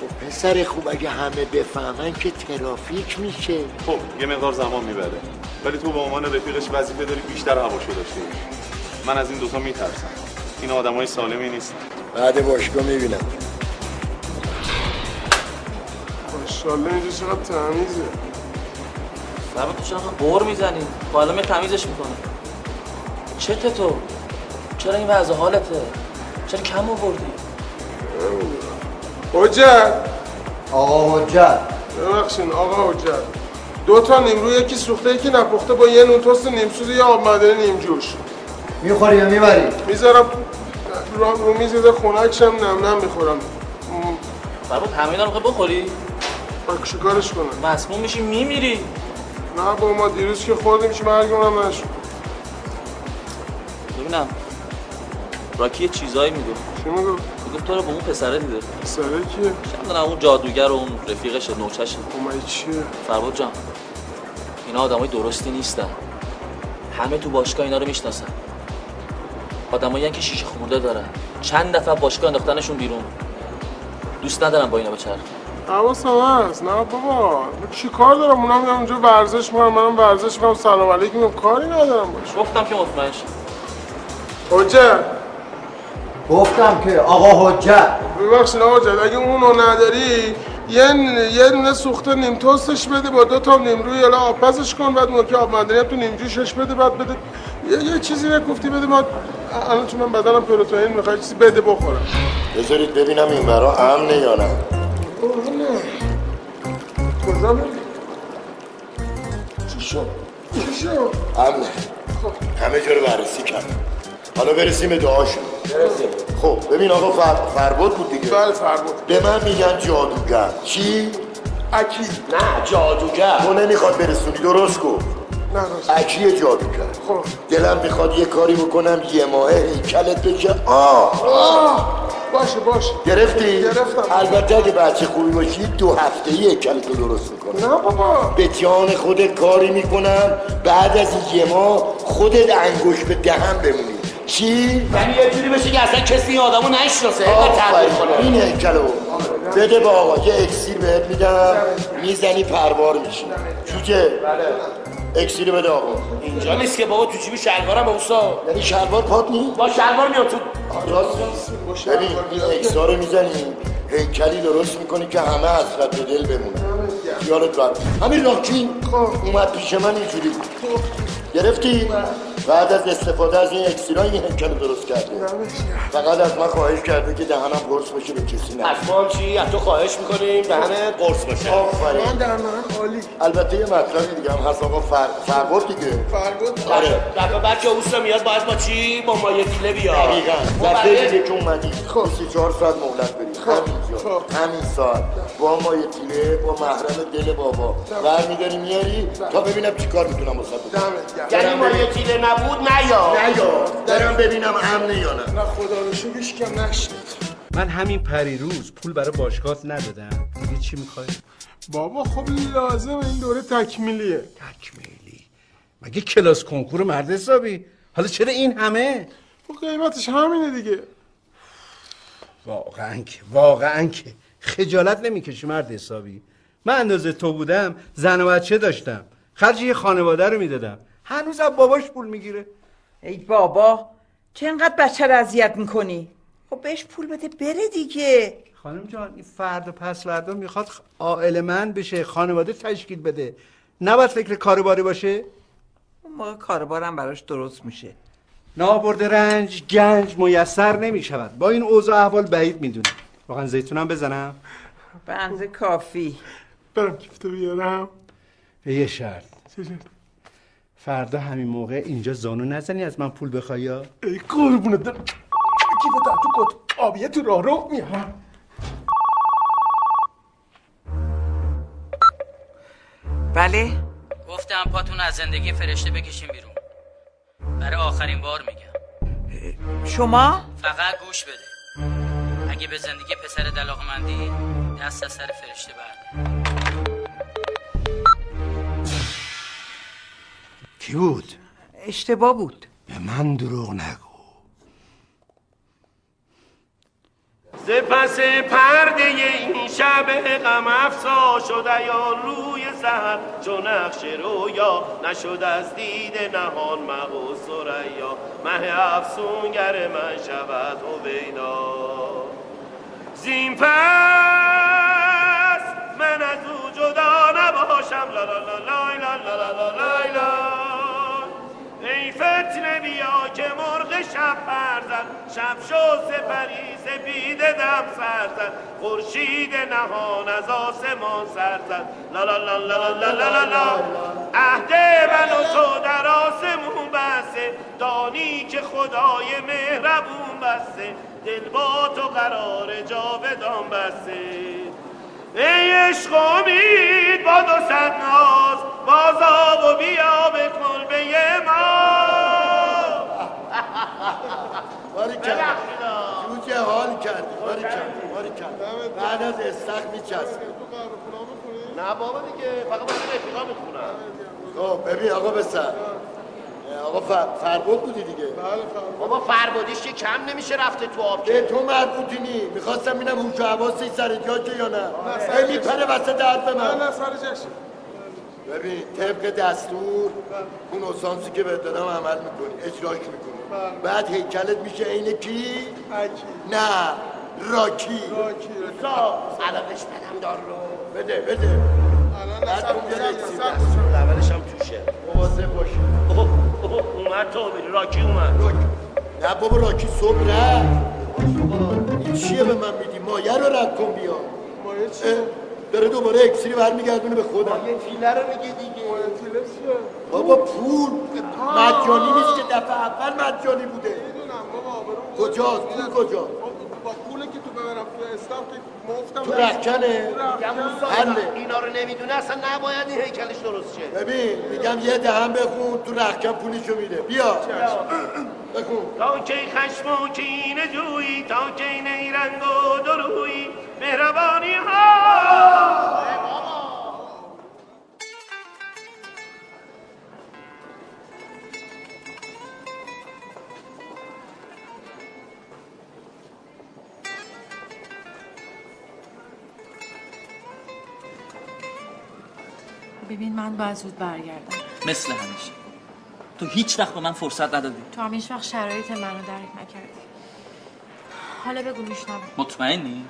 خب، پسر خوب اگه همه بفهمن که ترافیک میشه خب یه مقدار زمان میبره ولی تو به عنوان رفیقش وظیفه داری بیشتر هواشو داشته باشی من از این دوتا میترسم این آدمای سالمی نیستن بعد باشگاه میبینم ماشاءالله اینجا چقدر تمیزه بابا تو چرا بور میزنی بالا می تمیزش میکنه چته تو چرا این وضع حالته چرا کم آوردی حجت آقا حجت ببخشین آقا حجت دو تا نیمرو یکی سوخته یکی نپخته با یه نون تست نیم سوز یا آب معدنی نیم جوش میخوری یا میبری؟ میذارم رو, رو میز یه ذره خنکشم نم نم میخورم بابا همین خب رو می‌خوای بخوری چیکارش کنم مسموم میشی میمیری نه با ما دیروز که خوردیم که مرگمونم نشد ببینم راکی یه چیزایی میگفت چی میگفت میگفت تو رو به اون پسره دیده پسره کیه چندان اون جادوگر و اون رفیقش نوچشه اومد خب چیه فرباد جان اینا آدمای درستی نیستن همه تو باشگاه اینا رو میشناسن آدمایی که شیشه خورده دارن چند دفعه باشگاه انداختنشون بیرون دوست ندارم با اینا بچرخ حواسم هست نه بابا من چی کار دارم اونا میرن اونجا ورزش میکنن منم ورزش میکنم سلام علیکم میگم کاری ندارم باش گفتم که مطمئن شم. حجت گفتم که آقا حجت ببخشید آقا جد اگه اونو نداری یه یه دونه سوخته نیم تستش بده با دو تا نیم روی الا آب پزش کن بعد اون که آب معدنی هم تو نیم جوشش بده بعد بده یه, یه چیزی بهت گفتی بده ما الان چون من بدنم پروتئین میخواد چیزی بده بخورم بذارید ببینم این برا امنه یا نه اوه نه آره. کجا بری؟ چی شد؟ چی شد؟ امنه خب. همه جا رو بررسی کرد حالا برسیم به دعاشون خب ببین آقا فر... فرباد بود دیگه بله فرباد به من میگن جادوگر چی؟ اکی نه جادوگر تو نمیخواد برسونی درست کن نه راست اکی جادو کرد خب دلم میخواد یه کاری بکنم یه ماه کلت بشه آه آه باشه باشه گرفتی؟ گرفتم. البته اگه بچه خوبی باشی دو هفته یه کلت رو درست میکنم نه بابا به جان خودت کاری میکنم بعد از این یه ماه خودت انگوش به دهن بمونی چی؟ یعنی یه جوری بشه که اصلا کسی این آدمو نشناسه اینقدر تغییر آفرین. کنه این هیکلو بده با آقا یه اکسیر بهت میدم میزنی پروار میشی چوچه اکسیر بده آقا اینجا نیست که بابا تو چی شلوارم اوسا یعنی شلوار پات نی؟ با شلوار میاد تو راست ببین یعنی این اکسا رو میزنی هیکلی درست میکنی که همه حسرت به دل بمونه خیالت راحت همین راکی اومد پیش من اینجوری بود گرفتی؟ بعد از استفاده از این اکسیرا این هیکل رو درست کرده فقط از من خواهش کرده که دهنم قرص باشه به کسی نه از ما هم چی از تو خواهش میکنیم دهن قرص باشه آفرین من در من عالی البته یه مطلب دیگه هم هست آقا فر... فرقات دیگه فرباد آره دفعه بعد که اوسا میاد باید با چی با مایه دیله بیاد دقیقا ما دفعه برای- دیگه که اومدی خب 24 ساعت مهلت بدی همینجا همین ساعت با ما یه تیله با محرم دل بابا برمیداری میاری تا ببینم چیکار میتونم واسه بکنم دمت گرم یعنی مایه دیله نبود نیا نه یا برم ببینم امنه یا نه نه خدا رو شکر هیچ کم نشنید من همین پریروز پول برای باشگاهت ندادم دیگه چی میخوای؟ بابا خب لازم این دوره تکمیلیه تکمیلی مگه کلاس کنکور مرد حسابی حالا چرا این همه و خب قیمتش همینه دیگه واقعا که واقعا که خجالت نمیکشی مرد حسابی من اندازه تو بودم زن و بچه داشتم خرج یه خانواده رو میدادم هنوز از باباش پول میگیره ای بابا چه انقدر بچه رو اذیت میکنی خب بهش پول بده بره دیگه خانم جان این فرد پس فردا میخواد عائل من بشه خانواده تشکیل بده نباید فکر کارباری باشه اون موقع کاربارم براش درست میشه نابرد رنج گنج میسر نمیشود با این اوضاع احوال بعید میدونم واقعا زیتونم بزنم به اندازه کافی برم کیفتو بیارم به یه شرط چه شد؟ فردا همین موقع اینجا زانو نزنی از من پول بخوای یا ای قربونت دارم کیفتو در تو کت آبیه تو راه رو میارم بله گفتم پاتون از زندگی فرشته بکشین بیرون برای آخرین بار میگم شما فقط گوش بده اگه به زندگی پسر علاقمندی دست از سر فرشته برده کی بود؟ اشتباه بود به من دروغ نگو ز پس پرده این شب غم افزا شده یا روی سهر چو نقش رویا نشد از دید نهان مغو سریا مه افسونگر من شود هویدا زین پس من از او جدا نباشم لا لا لا لای لا لا لا لا لای لای. ای فتنه بیا که مرغ شب پرزن شب شد سپری سپیده دم سرزن خورشید نهان از آسمان سرزن لا لا لا لا لا لا لا لا عهد من و تو در آسمون بسته دانی که خدای مهربون بسته دل با تو قرار جاودان بسته ای عشق و امید با دو صد ناز بازا و بیا به کلبه ما باری کرد جوجه حال کرد باری کرد باری کرد بعد از استخ میچست نه بابا دیگه فقط من رفیقا میخونم خب ببین آقا بسر آقا فر... فربود بودی دیگه بله بابا فربادیش که کم نمیشه رفته تو آب به تو مربوطی نی میخواستم بینم هوش و حواسش سر جاشه یا نه سر هی جاشه. میپره وسط حرف نه من نه سر جشه ببین طبق دستور اون اسانسی که بهت دادم عمل میکنی اجراش میکنی بعد هیکلت میشه عین بله. کی؟ نه راکی خب، راکی علاقش بدم دار رو بده بده بعد اون یه لکسی دست. اولش هم توشه مواظب باش اوه، اوه، اومد تو بری راکی اومد نه بابا راکی صبح رفت این چیه به من میدی مایه رو رد کن بیا مایه چیه؟ داره دوباره اکسیری برمیگردونه به خودم مایه تیله رو میگه دیگه مایه تیله چیه؟ بابا پول مجانی نیست که دفعه اول مجانی بوده کجاست؟ پول کجاست؟ با پوله که تو ببرم تو اسلام که مفتم تو رخکنه میگم یعنی موسا، حله. اینا رو نمیدونه اصلا نباید این هیکلش درست شه ببین میگم یه دهم بخون تو رخکن پولیشو میده بیا تا کی خشم و کینه جویی تا کی نیرنگ و درویی مهربانی ها ببین من باید زود برگردم مثل همیشه تو هیچ وقت به من فرصت ندادی تو هم هیچ وقت شرایط منو درک نکردی حالا بگو میشنم مطمئنی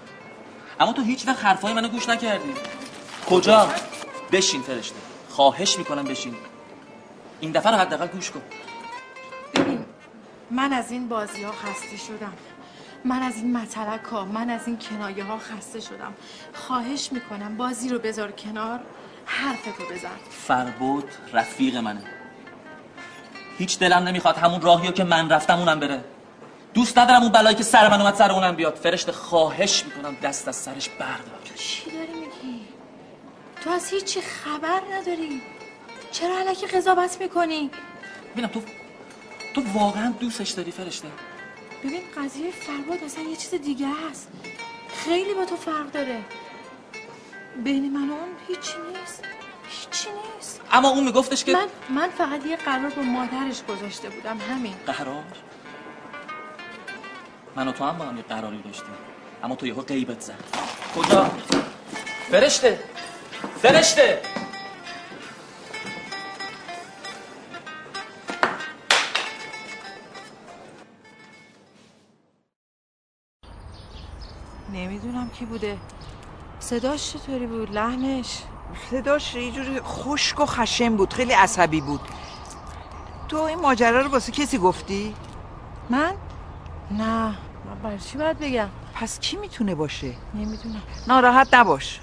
اما تو هیچ وقت حرفای منو گوش نکردی کجا بشین فرشته خواهش میکنم بشین این دفعه رو حداقل گوش کن من از این بازی ها خسته شدم من از این متلک ها من از این کنایه ها خسته شدم خواهش میکنم بازی رو بذار کنار حرفتو بزن فربود رفیق منه هیچ دلم نمیخواد همون راهیو که من رفتم اونم بره دوست ندارم اون بلایی که سر من اومد سر اونم بیاد فرشته خواهش میکنم دست از سرش بردار چی داری میگی؟ تو از هیچی خبر نداری چرا علکی قضاوت میکنی؟ ببینم تو تو واقعا دوستش داری فرشته ببین قضیه فرباد اصلا یه چیز دیگه است خیلی با تو فرق داره بین من و اون هیچی نیست هیچی نیست اما اون میگفتش که من من فقط یه قرار با مادرش گذاشته بودم همین قرار من و تو هم با هم یه قراری داشتیم اما تو یهو غیبت زد کجا فرشته فرشته نمیدونم کی بوده صداش چطوری بود لحنش صداش یه جوری خشک و خشن بود خیلی عصبی بود تو این ماجرا رو واسه کسی گفتی؟ من؟ نه من برای چی باید بگم پس کی میتونه باشه؟ نمیدونم ناراحت نباش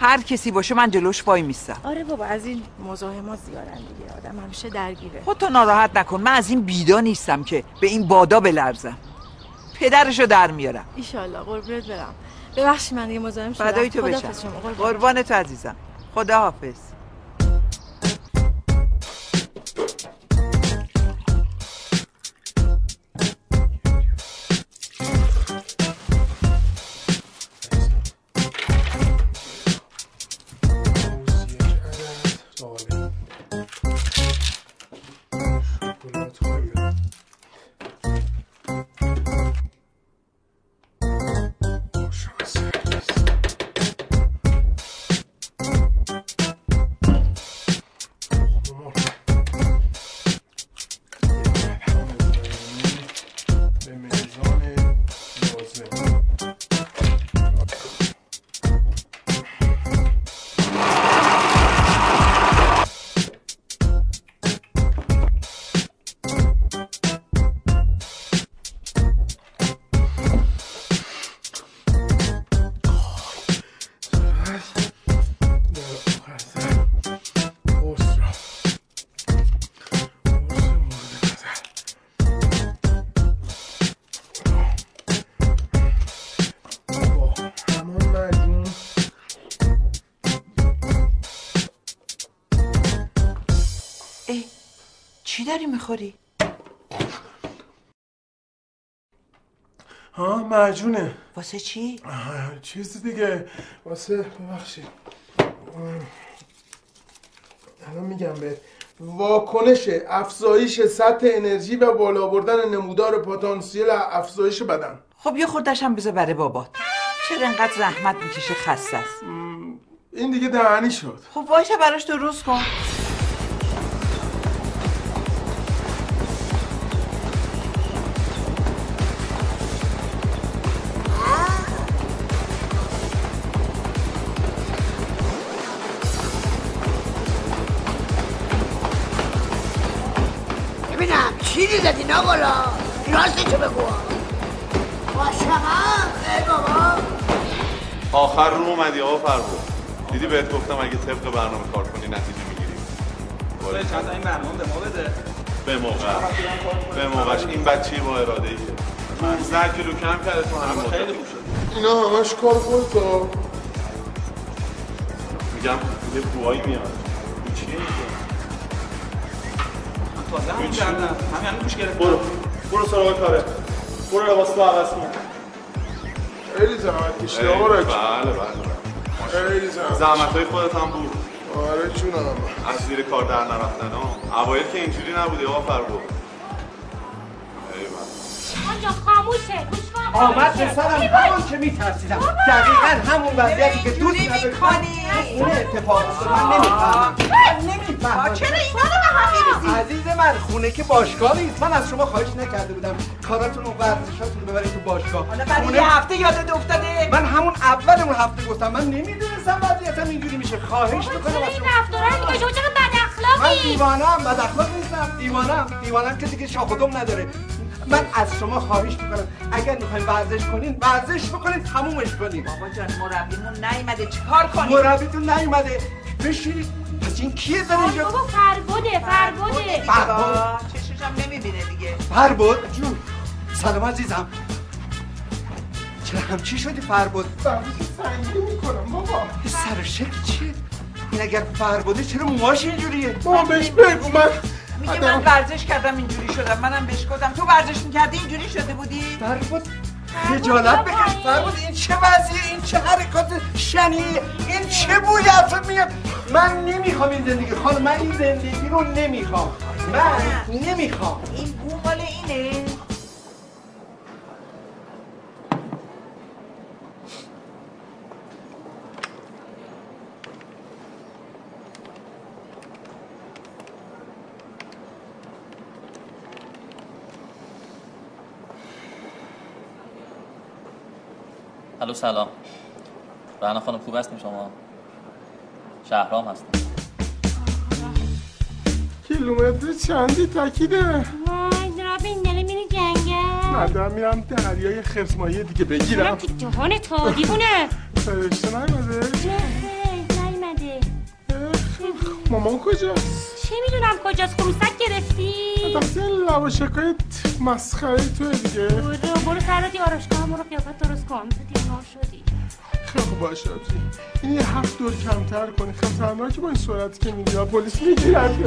هر کسی باشه من جلوش وای میستم آره بابا از این مزاحمات زیادن دیگه آدم همیشه درگیره خودتو ناراحت نکن من از این بیدا نیستم که به این بادا بلرزم پدرشو در میارم ایشالله قربونت برم ببخشید من دیگه مزاحم شدم فدای تو خداحافظ بشم شما. قربونت. قربان تو عزیزم خداحافظ چی داری میخوری؟ ها معجونه واسه چی؟ آه، چیز دیگه واسه ببخشید اه، الان میگم بهت واکنش افزایش سطح انرژی و بالا بردن نمودار پتانسیل افزایش بدن خب یه خوردش هم بذار برای بابات چرا انقدر زحمت میکشه خسته است این دیگه دهنی شد خب وایسا براش درست کن ببینم چی زدی ناگلا راستشو بگو باشم ای بابا آخر رو اومدی آقا فربو دیدی بهت گفتم اگه طبق برنامه کار کنی نتیجه میگیری چند تا این برنامه به ما بده به موقع به موقعش این بچه با اراده ایه من زد کیلو کم کرده تو همین خیلی خوب شد اینا همش کار خود میگم یه بوهایی میاد این چیه این تازه همون کردم همین الان گوش گرفتم برو برو سراغ کاره برو لباس تو عوض کن خیلی زحمت کشیده آقا راکی. بله بله خیلی زحمت زحمت های خودت هم بود آره جونم از زیر کار در نرفتن ها اوایل که اینجوری نبودی آقا فربو بله. آنجا خاموشه گوش کن آمد خاموشه. به سرم ای همون که میترسیدم دقیقا همون وضعیتی که دوست نداری اون اتفاق افتاد. من نمیفهمم من نمیفهمم چرا اینا رو به هم می‌ریزی؟ عزیز من خونه که باشگاه نیست من از شما خواهش نکرده بودم کاراتون و ورزشاتون رو ببرید تو باشگاه حالا بعد یه هفته یادت افتاده من همون اول اون هفته گفتم من نمیدونستم وضعیتم اینجوری میشه خواهش میکنم چرا از این شما رفتارا رو می‌کنی؟ شما چرا بد من اخلاقی دیوانم بد اخلاق نیستم دیوانم دیوانم که دیگه شاخ و دم نداره من از شما خواهش میکنم اگر میخواین ورزش کنین ورزش بکنین تمومش کنین بابا جان مربیمون نیومده چیکار کنیم مربیتون نیومده بشینید پس این کیه داره اینجا بابا فربده فربده فربد. چشمشم نمیبینه دیگه فربد جون سلام عزیزم چرا همچی شدی فربد سنگی میکنم بابا این سر و شکل چیه این اگر فربده چرا موهاش اینجوریه بابا بهش بگو من میگه من ورزش کردم اینجوری شدم منم بهش گفتم تو ورزش میکردی اینجوری شده بودی فربد خجالت بکش فربد این چه وضعیه این چه حرکات شنیه این چه بوی اصلا میاد من نمیخوام این زندگی خانم من این زندگی رو نمیخوام من نمیخوام این بو مال اینه الو سلام رعنا خانم خوب هستیم شما شهرام هستم کیلومتر چندی تکیده وای رابین داره میره من جنگل دارم میرم دریای خرسمایی دیگه من بگیرم تو جهان تو دیوونه فرشته نگاده نه خیر، نیومده مامان کجاست چه میدونم کجاست خروسک گرفتی دستی لب و شکای مسخره تو دیگه برو برو سرات یارشگاه برو قیافت درست کن تو دیوانه شدی خب باشه آبجی این یه هفت دور کمتر کنی خطرناکه با این سرعتی که میگی و پلیس میگیرد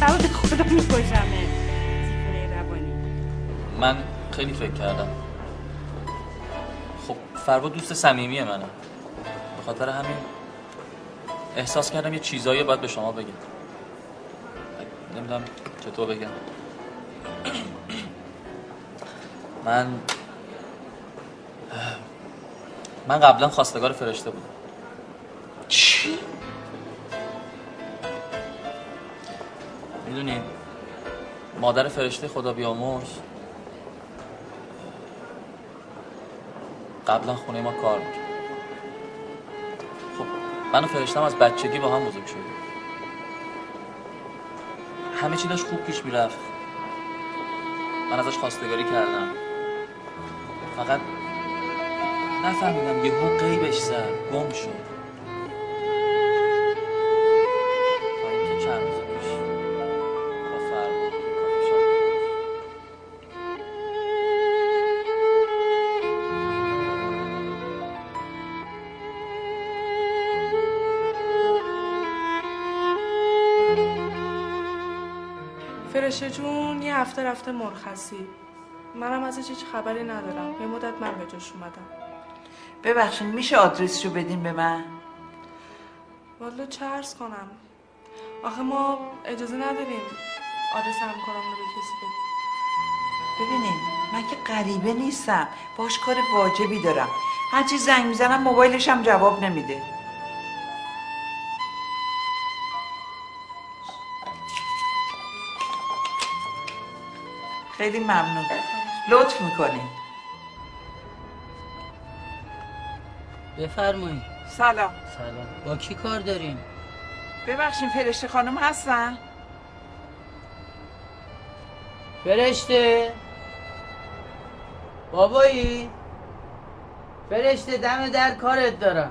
بابا به خدا میکشمه دیوونه روانی من خیلی فکر کردم خب فربا دوست صمیمی منه به خاطر همین احساس کردم یه چیزایی باید به شما بگم نمیدونم چطور بگم من من قبلا خواستگار فرشته بودم چی؟ میدونید مادر فرشته خدا بیامرز قبلا خونه ما کار میکرد خب من و فرشتم از بچگی با هم بزرگ شدیم همه چی داشت خوب پیش میرفت من ازش خواستگاری کردم فقط نفهمیدم یهو قیبش زد گم شد تا اینکه چند روز پیش با فربود کافی شاپ فرشه جون یه هفته رفته مرخصی منم ازش هیچ خبری ندارم یه مدت من به جاش اومدم ببخشید میشه آدرسشو بدین به من والا چه عرض کنم آخه ما اجازه نداریم آدرس همکارم رو به کسی بدیم ببینین من که غریبه نیستم باش کار واجبی دارم هرچی زنگ میزنم موبایلش هم جواب نمیده خیلی ممنون لطف میکنین بفرمایید سلام سلام با کی کار داریم ببخشین فرشته خانم هستن فرشته بابایی فرشته دم در کارت دارم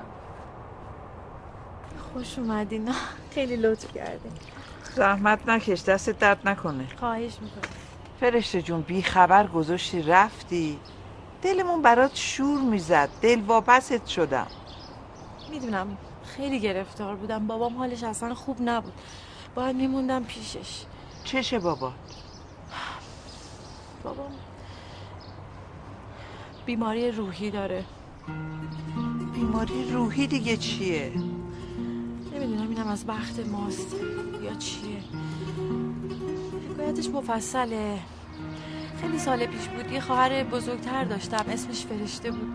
خوش اومدین خیلی لطف کردین زحمت نکش دست درد نکنه خواهش میکنم فرشته جون بی خبر گذاشتی رفتی دلمون برات شور میزد دل واپست شدم میدونم خیلی گرفتار بودم بابام حالش اصلا خوب نبود باید میموندم پیشش چشه بابا بابام بیماری روحی داره بیماری روحی دیگه چیه نمیدونم اینم از بخت ماست یا چیه حکایتش مفصله خیلی سال پیش بود یه خواهر بزرگتر داشتم اسمش فرشته بود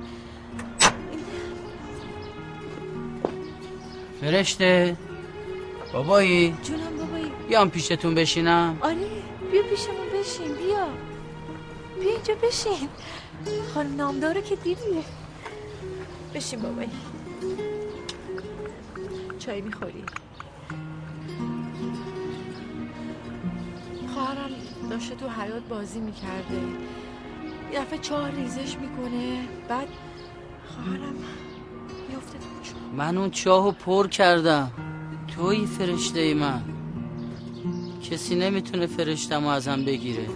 فرشته بابایی جونم بابایی بیام پیشتون بشینم آره بیا پیشمون بشین بیا بیا اینجا بشین خانم نامدارو که دیدی بشین بابایی چای میخوری خواهرم داشته تو حیات بازی میکرده یه دفعه چهار ریزش میکنه بعد خواهرم میفته تو چاه. من اون چاهو پر کردم توی فرشته من کسی نمیتونه فرشتمو ازم بگیره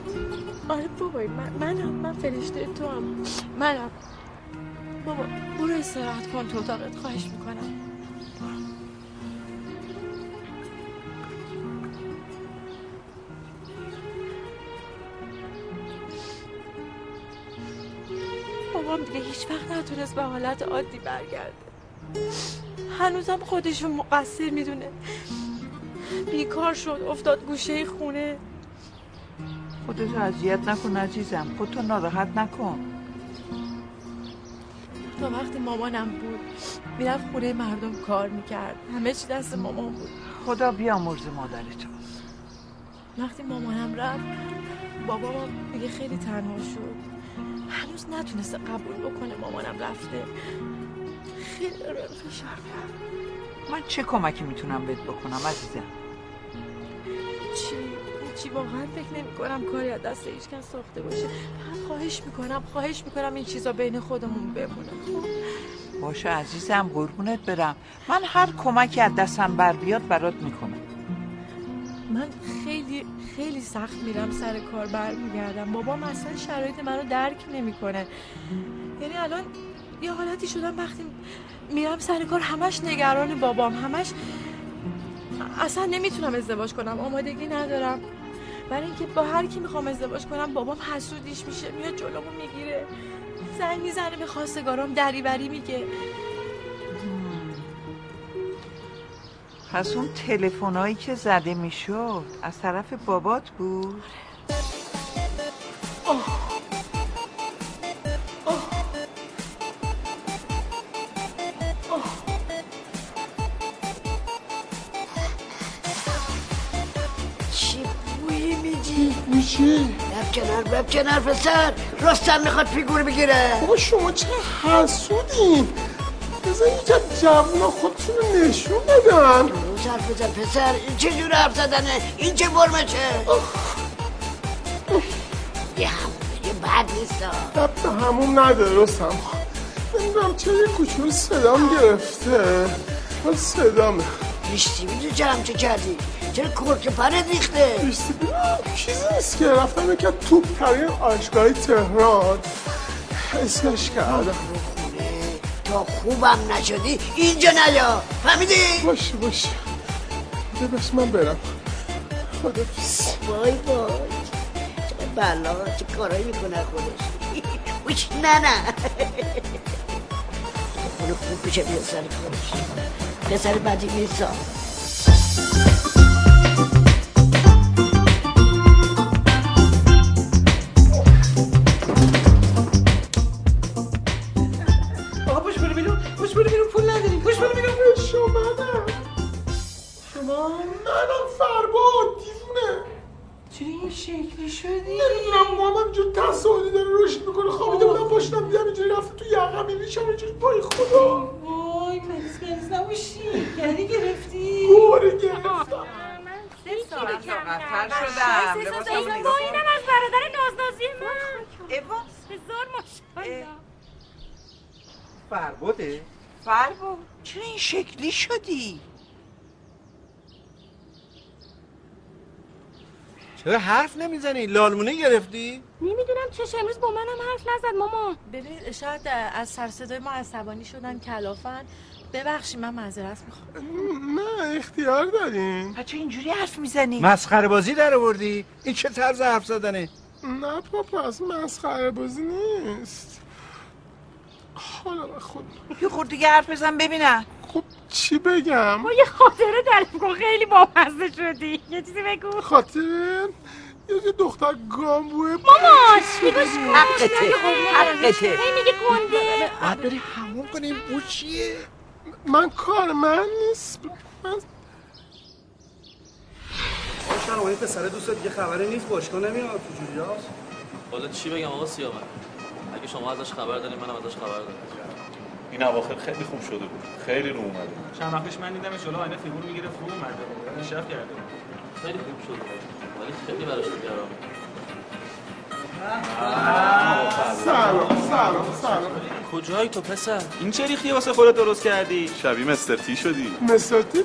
آره بابایی من منم من فرشته تو هم منم بابا برو استراحت کن تو اتاقت خواهش میکنم بابام دیگه هیچ وقت نتونست به حالت عادی برگرده هنوزم خودشو مقصر میدونه بیکار شد افتاد گوشه خونه خودتو اذیت نکن عزیزم خودتو ناراحت نکن تا وقتی مامانم بود میرفت خونه مردم کار میکرد همه چی دست مامان بود خدا بیامرز مادرتو وقتی مامانم رفت بابام دیگه خیلی تنها شد هنوز نتونسته قبول بکنه مامانم رفته خیلی داره فشار من چه کمکی میتونم بهت بکنم عزیزم چی چی واقعا فکر نمی کنم کاری از دست هیچ کس ساخته باشه من خواهش میکنم خواهش میکنم این چیزا بین خودمون بمونه خب؟ باشه عزیزم قربونت برم من هر کمکی از دستم بر بیاد برات میکنم من خیلی خیلی سخت میرم سر کار برمیگردم بابام اصلا شرایط منو درک نمیکنه یعنی الان یه حالتی شدم وقتی میرم سر کار همش نگران بابام همش اصلا نمیتونم ازدواج کنم آمادگی ندارم برای اینکه با هر کی میخوام ازدواج کنم بابام حسودیش میشه میاد جلومو میگیره زنگ میزنه به خواستگارام دریوری میگه پس اون تلفنایی که زده میشد از طرف بابات بود چی بویی میدی؟ میشه؟ رفت کنار رفت کنار پسر راستم میخواد فیگور بگیره بابا شما چه حسودین بذار یکم جوونا خودشون رو نشون بدن درست حرف بزن پسر این چه جور حرف زدنه این چه برمشه یه همونه یه بد نیست رب به همون نداره رستم خان. نمیدونم چرا یه کوچولو صدام گرفته حال صدامه بیشتی میدونی چرا همچه کردی چرا کورک پرت ریخته بیشتی چیزی نیست که رفتم یکی از توپ پرین آشگاهی تهران اسمش کردم تا خوبم نشدی اینجا نیا فهمیدی؟ باشه باشه بده بس من برم خدا وای وای چه بلا چه کارایی میکنه خودش اوش نه نه خونه خوب بشه بیا سر خودش پسر بعدی میسا آقا پوش برو بیرون پوش برو بیرون پول نداریم پوش برو بیرون شما نه شما منم فرباد دیوونه چرا این شکلی شدی؟ نمیدونم موام اینجور تصادی داره رشد میکنه خوابیده بودم پاشتم دیدم اینجوری رفته تو یقم میریشم اینجوری پای خدا وای مریض مریض نباشی یعنی گرفتی گوره گرفتم لاغرتر شدم لباسمو نگاه با اینم از برادر نازنازی من هزار ماشاءالله فرباده فربا چرا این شکلی شدی؟ چرا حرف نمیزنی لالمونه گرفتی نمیدونم چش امروز با منم حرف نزد مامان ببین شاید از سر صدای ما عصبانی شدن کلافن ببخشید من معذرت میخوام نه اختیار داریم بچه اینجوری حرف میزنی مسخره بازی در آوردی این چه طرز حرف زدنه نه پاپا از مسخره بازی نیست حالا به خود یه خود دیگه حرف بزن ببینم خب چی بگم ما خب، یه خاطره داریم کن خیلی بامزه شدی یه چیزی بگو خاطر یه یه دختر گام بوه ماماش نگاش کن حقته، حقته هی میگه گنده بعد بری همون کنیم بو چیه من کار من نیست من آشان اون پسر دوستت یه خبری نیست باشگاه نمیاد تو جوریاست حالا چی بگم آقا سیاوش اگه شما ازش خبر دارین منم ازش خبر دارم این اواخر خیلی خوب شده بود خیلی رو اومده چند وقتش من دیدمش حالا آینه فیگور میگرفت رو اومده بود پیشرفت کرده خیلی خوب شده بود. ولی خیلی براش نگران سلام سلام سلام کجایی تو پسر این چه ریختی واسه خودت درست کردی شبیه مستر تی شدی مستر تی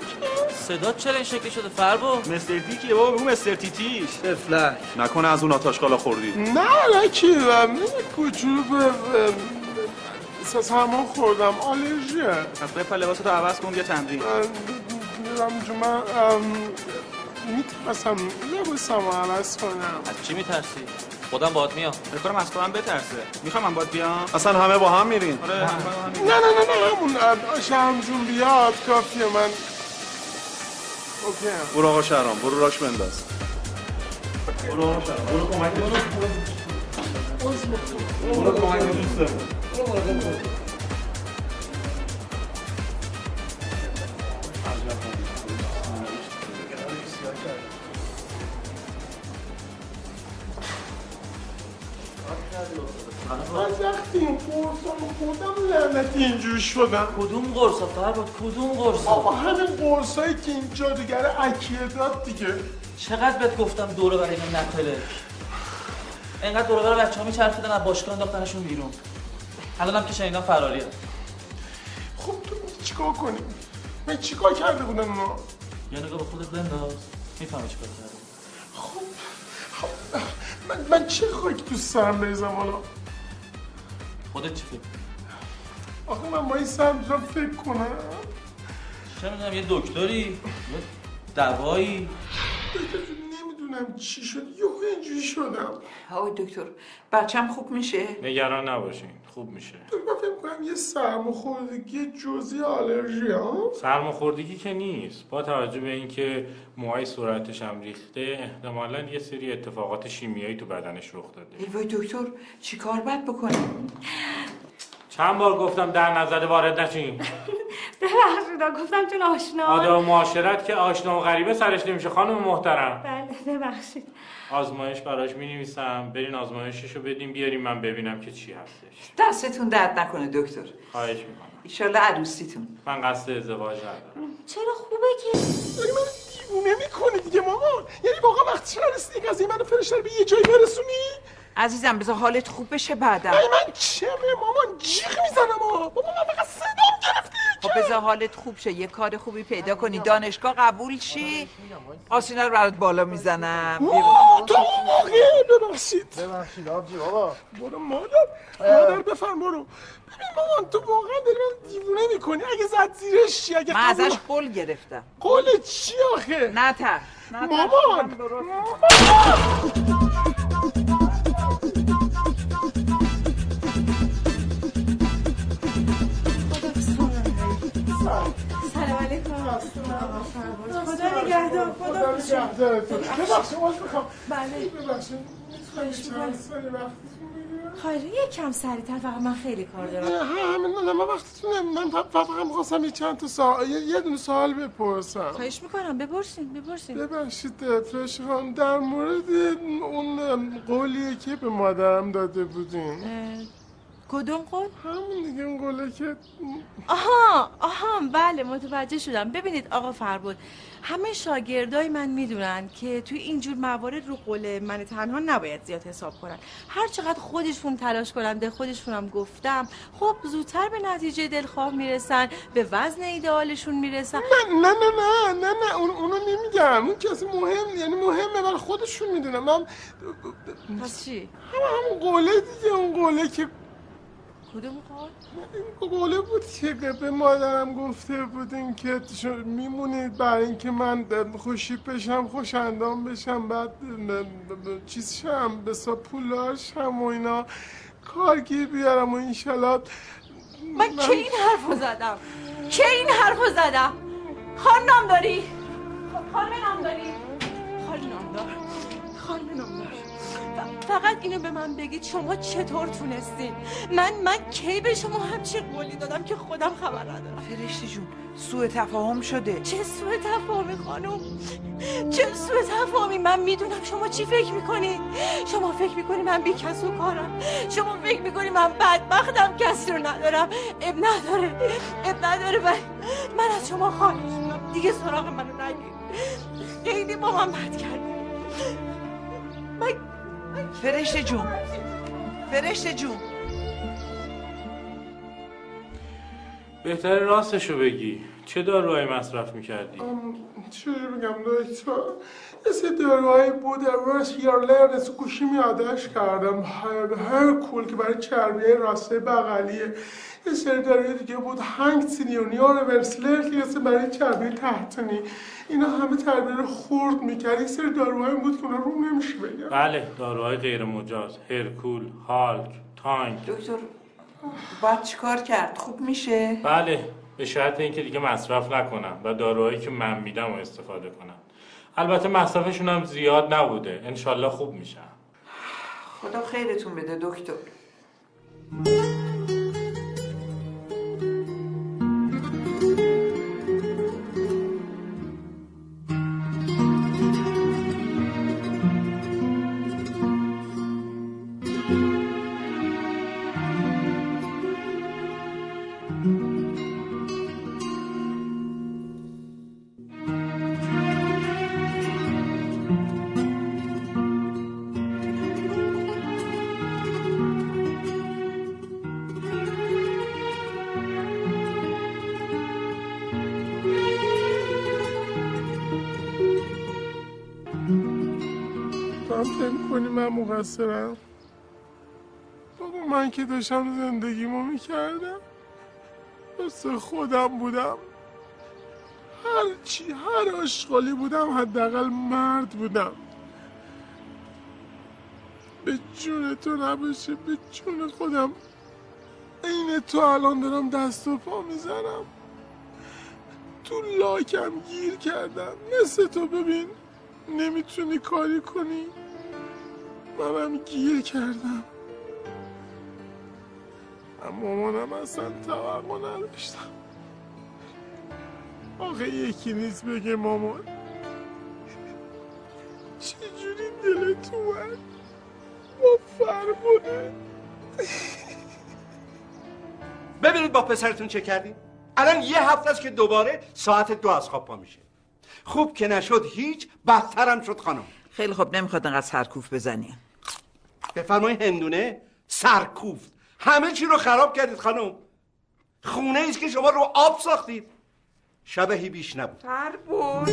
صدات چرا این شکلی شده فربو مستر تی کیه بابا بگو مستر تی تیش تفلک نکنه از اون آتاشقالا خوردی نه لکی من یه کوچولو به به- احساس همون خوردم آلرژی پس بپر لباساتو عوض کن بیا تمرین میرم جو من میترسم لباسم رو عوض کنم از چی میترسی خودم باهات میام بکنم از تو هم بترسه میخوام من باهات بیام اصلا همه با هم میرین آره همه نه نه نه نه همون اه، شرم جون بیاد کافیه من اوکی برو آقا شهرام برو راش بنداز برو برو کمک برو کمک دوستم از وقتی این قرصم خودم لعنتی اینجور شدم کدوم قرص فرباد کدوم قرص آقا همین قرصایی که این جادوگر اکیه داد دیگه چقدر بهت گفتم دوره برای من نپله اینقدر دوره برای بچه‌ها میچرخیدن از باشگاه انداختنشون بیرون الان هم که شنیدم فراریه چیکار کنیم من چیکار کرده بودم ما یه نگاه به خودت بنداز میفهمی چیکار کردی من, من چه خاک تو سرم بریزم حالا خودت چی فکر آخه من با این سرم دارم فکر کنم چه میدونم یه دکتری یه دوایی دکتر جون، نمیدونم چی شد یهو اینجوری شدم آقای دکتر بچم خوب میشه نگران نباشین خوب میشه تو من فکر کنم یه سرماخوردگی جزئی آلرژی ها سرماخوردگی که نیست با توجه به اینکه موهای صورتش هم ریخته احتمالا یه سری اتفاقات شیمیایی تو بدنش رخ داده ای وای دکتر چی کار باید بکنم چند بار گفتم در نظر وارد نشین ببخشیدا گفتم چون آشنا آداب معاشرت که آشنا و غریبه سرش نمیشه خانم محترم بله ببخشید آزمایش براش می نویسم برین آزمایشش رو بدیم بیاریم من ببینم که چی هستش دستتون درد نکنه دکتر خواهش میکنم ایشالله عروسیتون من قصد ازدواج ندارم چرا خوبه که داری من دیوونه میکنی دیگه مامان یعنی واقعا وقت چرا رسید این قضیه منو فرشتر به یه جایی برسونی عزیزم بذار حالت خوب بشه بعدم ای من چمه مامان جیغ میزنم آه بابا من فقط صدام گرفتی خب خب بذار حالت خوب شه یه کار خوبی پیدا کنی دانشگاه قبول شی آسینا رو برات بالا میزنم تو واقعی ببخشید ببخشید آبجی بابا برو مادر مادر بفرم برو ببین مامان تو واقعا داری من دیوونه میکنی اگه زد زیرش چی اگه من قبول- ازش قول گرفتم قول چی آخه نه تر مامان سلام علیکم خدا نگهدار خدا ببخشید عذر میخوام بله ببخشید خواهش می‌کنم. خواهش یک کم سریعتر فقط من خیلی کار نه، دارم همین نه من وقتتون من فقط فقط میخواستم یه چند تا سوال یه- یه دونه سوال بپرسم خواهش میکنم بپرسین بپرسین ببخشید فرش خانم در مورد اون قولیه که به مادرم داده بودین اه، کدوم قول؟ همون دیگه اون قوله که آها آها بله متوجه شدم ببینید آقا فربود همه شاگردای من میدونن که توی اینجور موارد رو قول من تنها نباید زیاد حساب کنن هر چقدر خودشون تلاش کنن به خودشونم گفتم خب زودتر به نتیجه دلخواه میرسن به وزن ایدئالشون میرسن نه نه نه نه نه اون اونو نمیگم اون کسی مهم یعنی مهمه برای خودشون میدونم من پس چی؟ هم همون قوله دیگه اون قوله که کدوم قول؟ این قوله بود که به مادرم گفته بودین که شما میمونید برای اینکه من خوشی بشم خوش اندام بشم بعد م- م- چیز شم بسا پولار شم و اینا کارگیر بیارم و اینشالا من که این حرفو زدم که این حرفو زدم خان نام داری خان نام داری خان نام دار خان نام دار ف- فقط اینو به من بگید شما چطور تونستین من من کی به شما همچین قولی دادم که خودم خبر ندارم فرشته جون سوء تفاهم شده چه سوء تفاهمی خانم چه سوء تفاهمی من میدونم شما چی فکر میکنید شما فکر میکنی من بی کس و کارم شما فکر میکنی من بدبختم کسی رو ندارم اب نداره اب نداره ولی من از شما خواهش میکنم دیگه سراغ منو نگیر خیلی با من بد کردی فرشته جون فرشته جون بهتر راستشو بگی چه داروهایی مصرف میکردی؟ چی بگم دکتر یه سه داروهای بود ورس یا لرنس گوشی میادش کردم هر, هر کول که برای چربیه راسته بغلیه یه سری داروی دیگه بود هنگ سینیونیار ورسلر که یه سری برای چربیه تحتنی اینا همه چربیه رو خورد میکرد یه سری داروهای بود که اونا روم نمیشه بگم بله داروهای غیر مجاز هرکول هالک تانک دکتر باید چیکار کرد خوب میشه بله به شرط اینکه دیگه مصرف نکنم و داروهایی که من میدم رو استفاده کنم البته مصرفشون هم زیاد نبوده انشالله خوب میشن خدا خیرتون بده دکتر تو هم فکر می‌کنی من مقصرم بابا من که داشتم زندگیمو میکردم مثل خودم بودم هر چی هر آشغالی بودم حداقل مرد بودم به جون تو نباشه به جون خودم عین تو الان دارم دست و پا میزنم تو لاکم گیر کردم مثل تو ببین نمیتونی کاری کنی منم گیر کردم اما مامانم اصلا توقع نداشتم آخه یکی نیست بگه مامان چجوری دلت اومد با فرمونه ببینید با پسرتون چه کردین الان یه هفته است که دوباره ساعت دو از خواب پا میشه خوب که نشد هیچ بدترم شد خانم خیلی خب نمیخواد انقدر سرکوف بزنی بفرمایید هندونه سرکوفت همه چی رو خراب کردید خانم خونه ایست که شما رو آب ساختید شبهی بیش نبود تر بود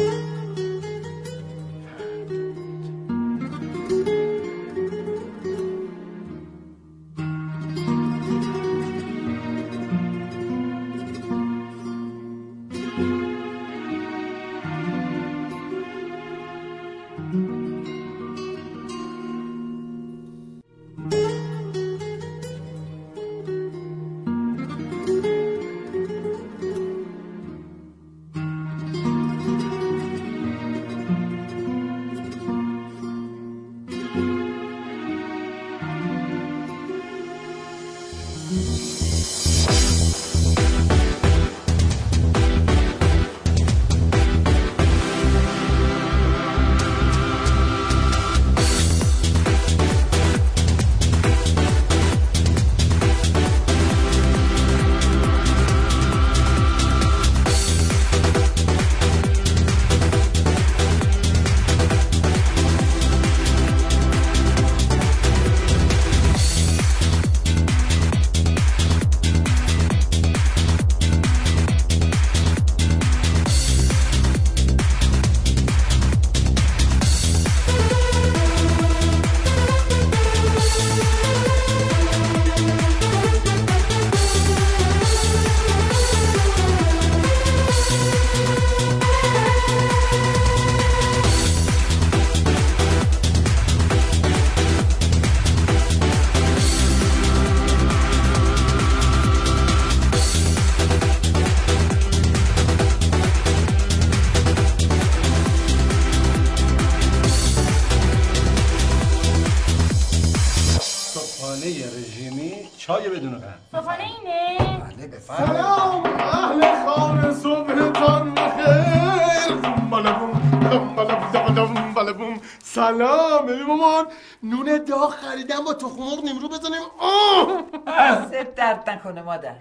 صبحانه رژیمی چای بدون قهوه صبحانه اینه سلام اهل خانه صبحتان بخیر بلبوم بله دم بلبوم دم دم بلبوم سلام ببین مامان نون داغ خریدم با تخم مرغ نیمرو بزنیم آه سر درد نکنه مادر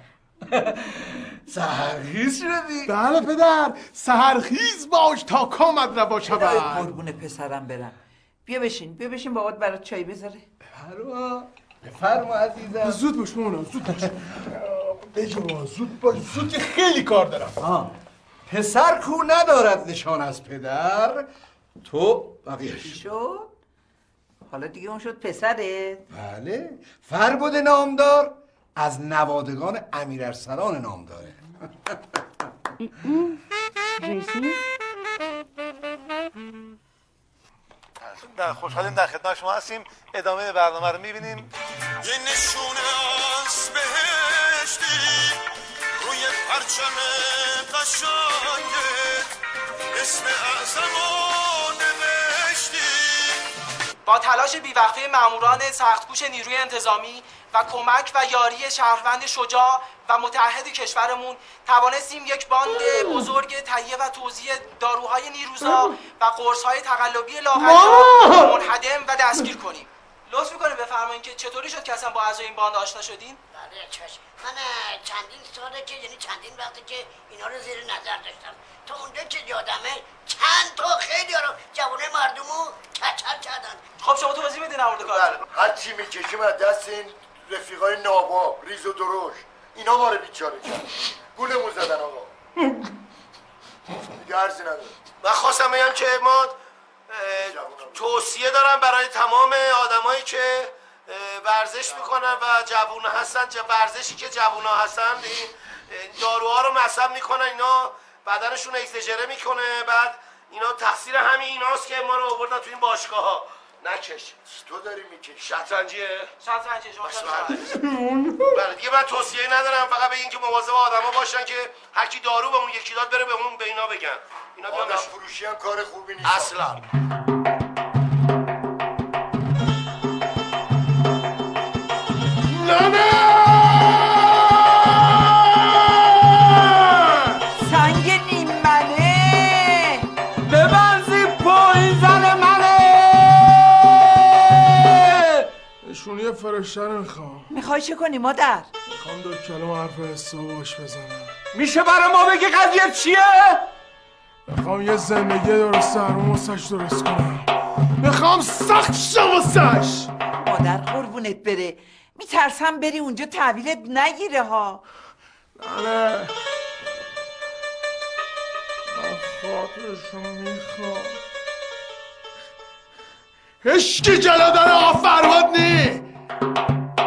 سهرخیز شدی بله پدر سهرخیز باش تا کامت روا خدای شود قربون پسرم برم بیا بشین بیا بشین بابات برات چای بذاره حلوا بفرما عزیزم زود باش مامان زود باش بجو زود باش زود که خیلی کار دارم پسر کو ندارد نشان از پدر تو بقیهش شد حالا دیگه اون شد پسره بله فربد نامدار از نوادگان امیر ارسلان نام داره در خوشحالیم در خدمت شما هستیم ادامه برنامه رو میبینیم یه نشونه از بهشتی روی پرچم قشنگت اسم اعظم و نوشتی با تلاش بیوقفه ماموران سختگوش نیروی انتظامی و کمک و یاری شهروند شجاع و متحد کشورمون توانستیم یک باند بزرگ تهیه و توزیع داروهای نیروزا و قرصهای تقلبی لاغریا ما! منحدم و دستگیر کنیم لطف میکنیم بفرمایید که چطوری شد که اصلا با اعضای این باند آشنا شدین بله چشم من اه، چندین ساله که یعنی چندین وقته که اینا رو زیر نظر داشتم تا اونجا که یادمه چند تا خیلی رو جوانه مردم رو کچل کردن خب شما توضیح بدین نمورد کار بله، هر چی میکشیم از دست این رفیقای ناباب ریز و دروش اینا ما رو بیچاره کرد گولمون زدن آقا دیگه عرضی نداره من خواستم بگم که ما اه، توصیه دارم برای تمام آدمایی که اه، ورزش میکنن و جوون هستن جا- ورزشی که جوون ها هستن این این داروها رو مصرف میکنن اینا بدنشون اگزجره میکنه بعد اینا تقصیر همین ایناست که ما رو آوردن تو این باشگاه ها نکش تو داری میکشی شطرنجیه شطرنجیه بله دیگه من توصیه ندارم فقط بگین که مواظب آدما باشن که هر کی دارو به اون یکی داد بره به اون به اینا بگن اینا بیان آدم نشون. فروشی هم کار خوبی نیست اصلا سنگ نیمنه ببن زیب پایین زن منه شونی فرشته رو میخوام میخوای چه کنی مادر میخوام دو کلمه حرف حساب باش بزنم میشه برای ما بگی قضیه چیه؟ میخوام یه زندگی درست هرمون واسش درست کنم میخوام سخت شم واسش مادر قربونت بره میترسم بری اونجا تحویلت نگیره ها آره من خاطرشو میخوام هشکی جلو در آفرماد نی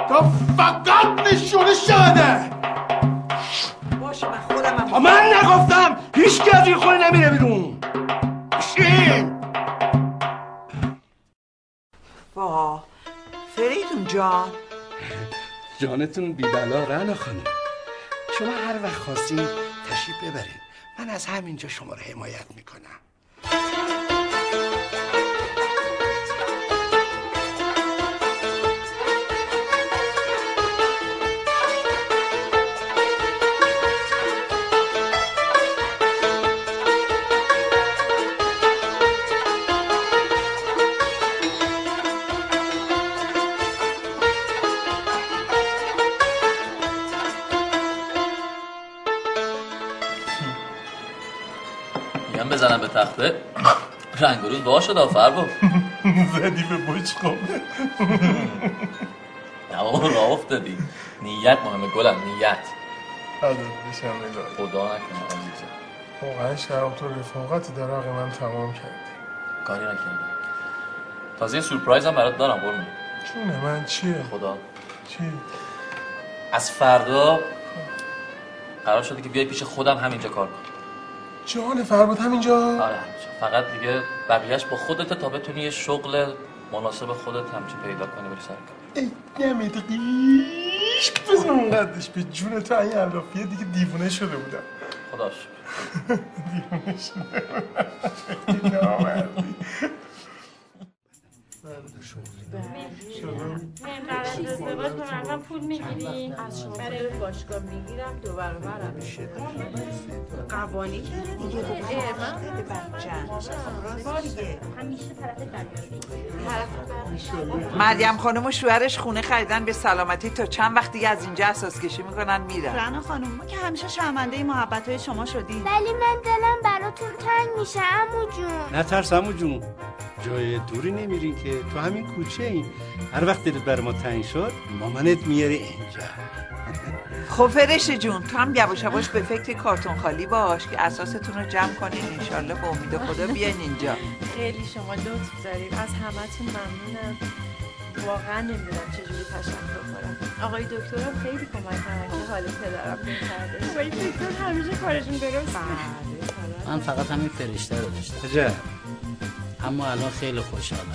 تا فقط نشونه شده باشه من خودم هم تا من نگفتم هیچ کی از این خونه نمیره بیرون شین با فریدون جان جانتون بیدلا رنا خانم شما هر وقت خواستین تشریف ببرین من از همینجا شما رو حمایت میکنم میگم بزنم به تخته رنگ و روز وا شد آفر بود زدی به خب. بچقابه نه بابا راه افتادی نیت مهمه گلم نیت عدد بشم الهی خدا نکنه عزیزم واقعا شرم تو رفاقت در حق من تمام کردی کاری نکردم تازه یه سورپرایز هم برات دارم قربون چونه من چیه خدا چی از فردا قرار شده که بیای پیش خودم همینجا کار کنی جان فرباد همینجا آره همینجا فقط دیگه بقیهش با خودت تا بتونی یه شغل مناسب خودت همچین پیدا کنی بری سر کار. ای دمت قیشک بزن اون قدش به جون تو این علافیه دیگه دیوونه شده بودم خدا شکر. دیوونه شده بودم. یه نامردی. قرار ازدواج مرقم پول میگیری از شما برای باشگاه میگیرم دو برابرم قوانی کرده دیگه بله، ارمان همیشه طرف دریا مریم خانم و شوهرش خونه خریدن به سلامتی تا چند وقت دیگه از اینجا اساس کشی میکنن میرن رنا خانم ما که همیشه شرمنده محبت های شما شدیم ولی من دلم براتون تنگ میشه امو جون نه ترس عمو جون جای دوری نمیرین که تو همین کوچه این هر وقت دلت بر ما تنگ شد مامانت میاره اینجا خب فرشه جون تو هم یواش یواش به فکر کارتون خالی باش که اساستون رو جمع کنین انشالله به امید خدا بیاین اینجا خیلی شما لطف دارید از همتون ممنونم واقعا نمیدونم چجوری تشکر کنم آقای دکترم خیلی کمک کردن که حال پدرم بهتر آقای دکتر همیشه کارشون درست من فقط همین فرشته رو داشتم عجب. اما الان خیلی خوشحالم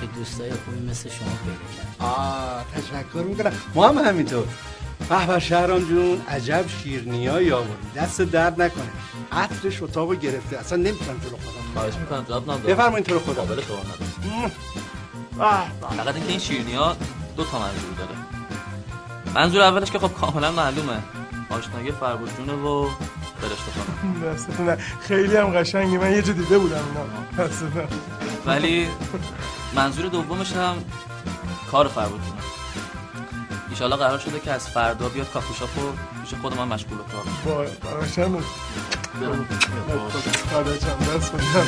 که دوستای خوبی مثل شما پیدا کردم آه تشکر میکنم ما هم همینطور به به شهرام جون عجب شیرنیایی آوردی دست درد نکنه عطرش اتاقو گرفته اصلا نمیتونم جلو خودم خواهش میکنم جواب ندارم بفرمایید تو رو خدا. قابل تو ندارم آه. فقط اینکه این شیرنی ها دو تا منظور داره منظور اولش که خب کاملا معلومه آشنایی فربود جونه و فرشته خانم دستت نه خیلی هم قشنگه من یه جا دیده بودم اینا دستت نه. ولی منظور دومش هم کار فربود جونه ایشالا قرار شده که از فردا بیاد کافی شاپ و پیش خود من مشغول به کار بشه. وای، قشنگه. برم. خدا چند دست بدم.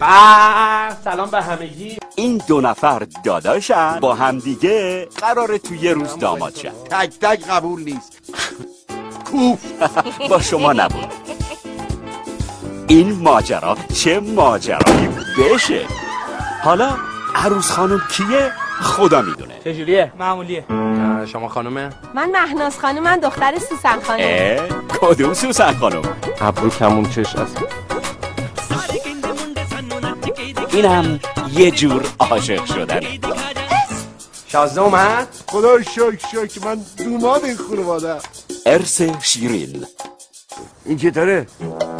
به سلام به همگی این دو نفر داداشن با همدیگه قراره تو یه روز داماد شن تک تک قبول نیست کوف با شما نبود این ماجرا چه ماجرایی بشه حالا عروس خانم کیه خدا میدونه چجوریه معمولیه شما خانمه من مهناز خانم من دختر سوسن خانم اه کدوم سوسن خانم ابرو کمون چش است اینم یه جور عاشق شدنه شازده اومد خدا شکر شکر من دوماد این خانواده ارث شیرین این چطوره؟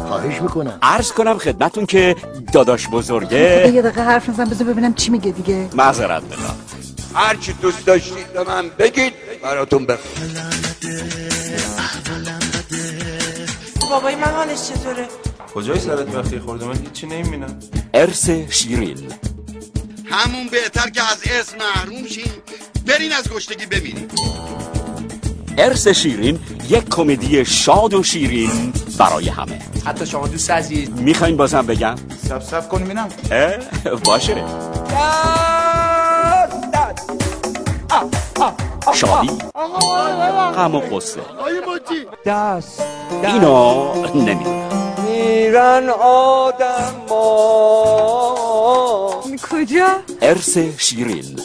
خواهش میکنم عرض کنم خدمتون که داداش یه بزرگه دقیقه حرف نزن بذار ببینم چی میگه دیگه معذرت بخوام هرچی دوست داشتید به من بگید براتون بخونم بابای من حالش چطوره کجای سرت وقتی خورده من هیچی نمیبینم ارث شیرین همون بهتر که از اسم محروم شین برین از گشتگی ببینید ارث شیرین یک کمدی شاد و شیرین برای همه حتی شما دوست عزیز میخواین بازم بگم سب سب کنیم اینم اه، باشه شادی غم و قصه آیه موتی دست اینو نمیدونم میرن آدم کجا؟ ارث شیرین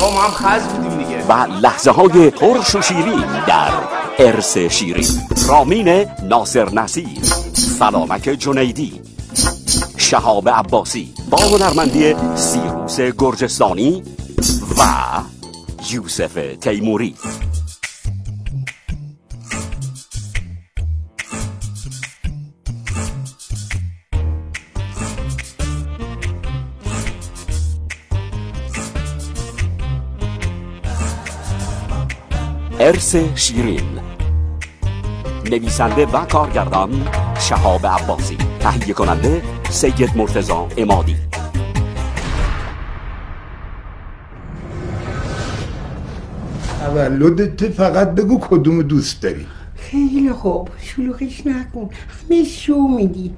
ما هم خز بودیم دیگه و لحظه های ترش و شیرین در ارث شیرین رامین ناصر نصیر سلامک جنیدی شهاب عباسی با هنرمندی سیروس گرجستانی و یوسف تیموری ارث شیرین نویسنده و کارگردان شهاب عباسی تهیه کننده سید مرتزا امادی تولدت فقط بگو کدوم دوست داری خیلی خوب شلوغش نکن همه شو میگی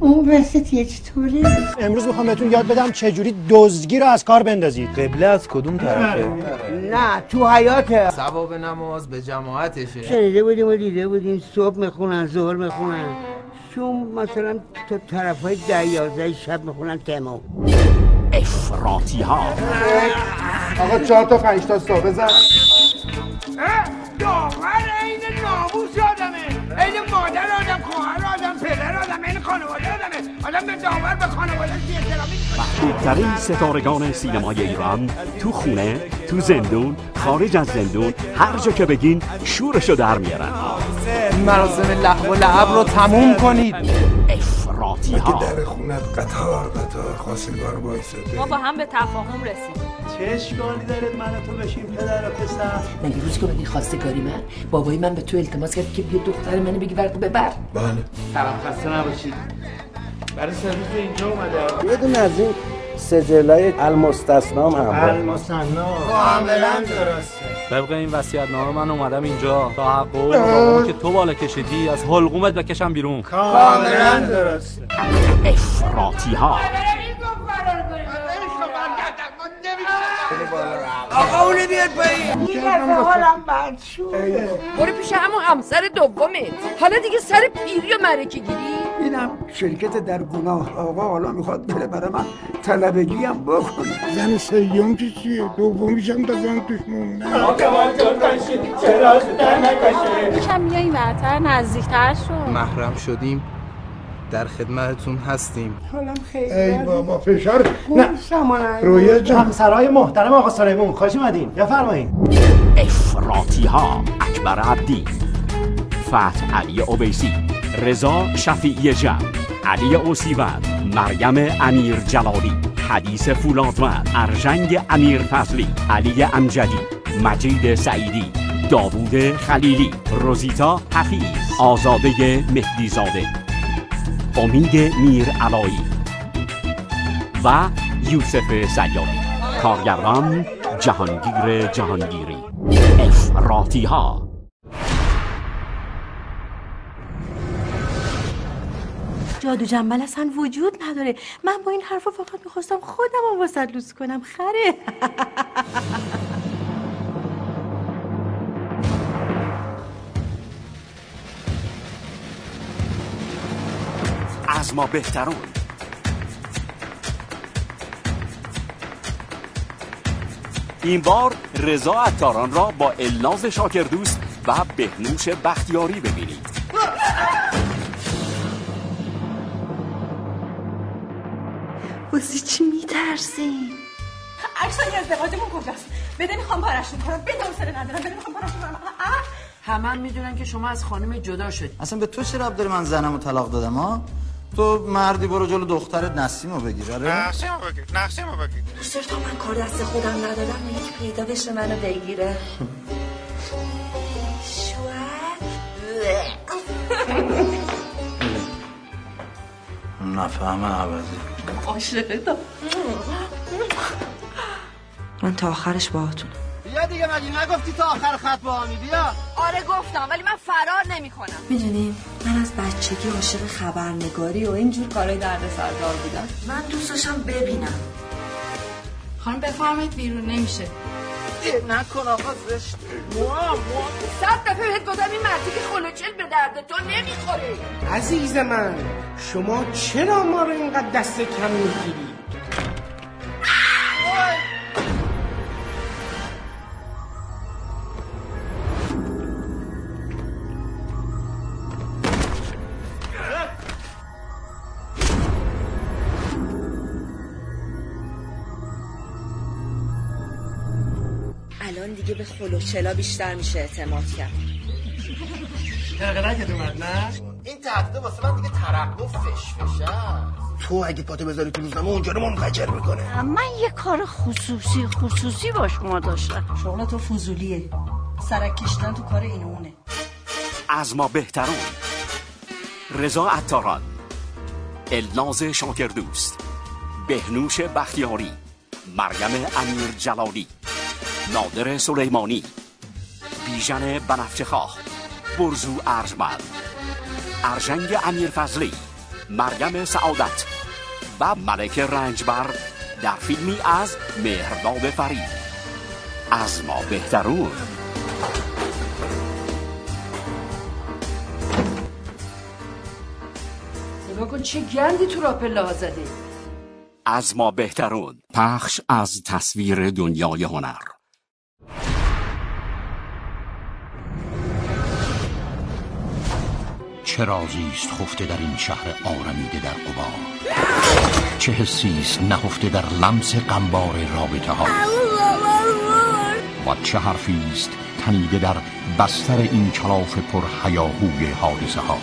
اون وسط یه چطوره امروز میخوام بهتون یاد بدم چجوری دزدگی رو از کار بندازید قبله از کدوم نه تو حیاته سباب نماز به جماعتشه شنیده بودیم و دیده بودیم صبح میخونن ظهر میخونن شوم مثلا تو طرف های ده یازده شب میخونن تمام افراتی ها آقا چهار تا پنج تا صبح بزن داور این ناموس آدمه این مادر آدم خواهر آدم پدر آدم این خانواده آدمه آدم به داور به خانواده احترامی بهترین ستارگان سینمای ایران تو خونه تو زندون خارج از زندون هر جا که بگین شورشو در میارن مراسم لحو و لعب رو تموم کنید افراتی ها در خونت قطار قطار خواستگار ما بایستده با هم به تفاهم رسیدیم چه اشکالی داره من و تو بشیم پدر و پسر مگه روز که من خواستگاری من بابای من به تو التماس کرد که بیا دختر منو بگی ورق ببر بله سلام خسته نباشید برای سرویس اینجا اومدم یه دونه از این سجلای المستثنام هم کاملا درسته طبق این وصیت نامه من اومدم اینجا تا حق و حقوق بابامو که تو بالا کشیدی از حلقومت بکشم بیرون کاملا بله. درسته افراتی ها آقا اونو بیار پایین این دفعه حالم بد شد برو پیش همون همسر دومه حالا دیگه سر پیری و مرکه گیری اینم شرکت در گناه آقا حالا میخواد بره برای من طلبگی هم بکن زن سیام که چیه دومیش هم بزن توش مون یکم میای برتر نزدیکتر شد محرم شدیم در خدمتتون هستیم حالم خیلی ای بابا فشار نه سامان رویا جان. همسرای محترم آقا سلیمون خوش اومدین بفرمایید افراتی ها اکبر عبدی فتح علی اوبیسی رضا شفیعی جم علی اوسیوند مریم امیر جلالی حدیث فولادوند ارژنگ امیر فضلی علی امجدی مجید سعیدی داوود خلیلی روزیتا حفیظ آزاده مهدیزاده امید میر علایی و یوسف سیادی کارگردان جهانگیر جهانگیری افراتی ها جادو جنبل اصلا وجود نداره من با این حرفا فقط میخواستم خودم رو واسط لوس کنم خره از ما بهترون این بار رضا عطاران را با الناز شاکردوست و بهنوش بختیاری ببینید واسه چی میترسین عکسای ازدواجمون کجاست بده میخوام پارشون کنم بده حوصله ندارم بده میخوام پارشون کنم آه، همه هم میدونن که شما از خانم جدا شدی اصلا به تو چه رب داری من زنم رو طلاق دادم ها تو مردی برو جلو دخترت نسیم رو بگیر آره نقشه‌مو بگیر نقشه‌مو بگیر دوست تا من کار دست خودم ندادم یکی پیدا بشه منو بگیره شوهر نفهمه عوضی آه. عاشقتم من تا آخرش باهاتون بیا دیگه مگه نگفتی تا آخر خط با همی بیا آره گفتم ولی من فرار نمیکنم میدونی من از بچگی عاشق خبرنگاری و اینجور کارهای درد سردار بودم من دوست داشتم ببینم خانم بفرمایید بیرون نمیشه نکن آقا زشت صد دفعه بهت گفتم این مردی که خلوچل به درد تو نمیخوره عزیز من شما چرا ما رو اینقدر دست کم میگیری؟ الان دیگه به خلوچلا بیشتر میشه اعتماد کرد قلقلکت اومد نه این تفته واسه من دیگه ترقب و فش تو اگه پاتو بذاری تو روزنامه اونجا رو منفجر میکنه من یه کار خصوصی خصوصی با شما داشتم شغل تو فضولیه سرک کشیدن تو کار این و اونه از ما بهترون رضا عطاران الناز شاکردوست بهنوش بختیاری مریم امیر جلالی نادر سلیمانی بیژن بنفشه خواه برزو ارجمند ارژنگ امیر فضلی مریم سعادت و ملک رنجبر در فیلمی از مهرداد فرید از ما بهترون نگاه کن چه گندی تو راپله ها زده از ما بهترون پخش از تصویر دنیای هنر چه رازی است خفته در این شهر آرمیده در قبار چه حسی است نهفته در لمس قنبار رابطه ها و چه حرفی است تنیده در بستر این کلاف پر هیاهوی حادثه ها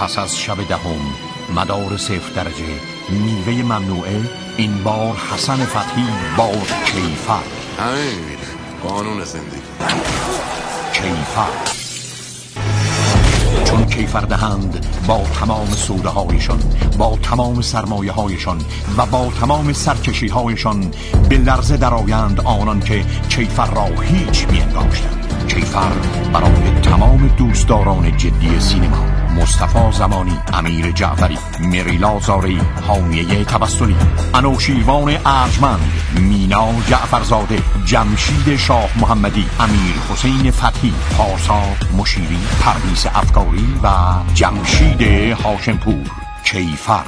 پس از شب دهم مدار صفر درجه میوه ممنوعه این بار حسن فتحی با کیفر همه میبینه قانون زندگی کیفر چون کیفر دهند با تمام سوده هایشان با تمام سرمایه هایشان و با تمام سرکشی هایشان به لرزه درآیند آنان که کیفر را هیچ می انگاشتند کیفر برای تمام دوستداران جدی سینما مصطفی زمانی امیر جعفری مریلا زاری حامیه تبسلی انوشیروان ارجمند مینا جعفرزاده جمشید شاه محمدی امیر حسین فتحی پارسا مشیری پرویز افکاری و جمشید هاشمپور کیفر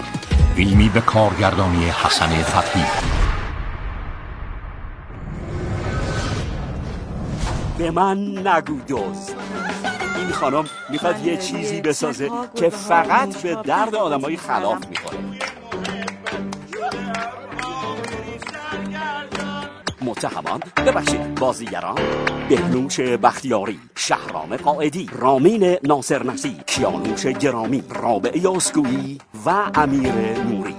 فیلمی به کارگردانی حسن فتحی به من نگو دزد این خانم میخواد یه چیزی بسازه که فقط به درد آدمای خلاف میخوره متهمان ببخشید بازیگران بهنوش بختیاری شهرام قائدی رامین ناصر نسی کیانوش گرامی رابع یاسکویی و امیر نوری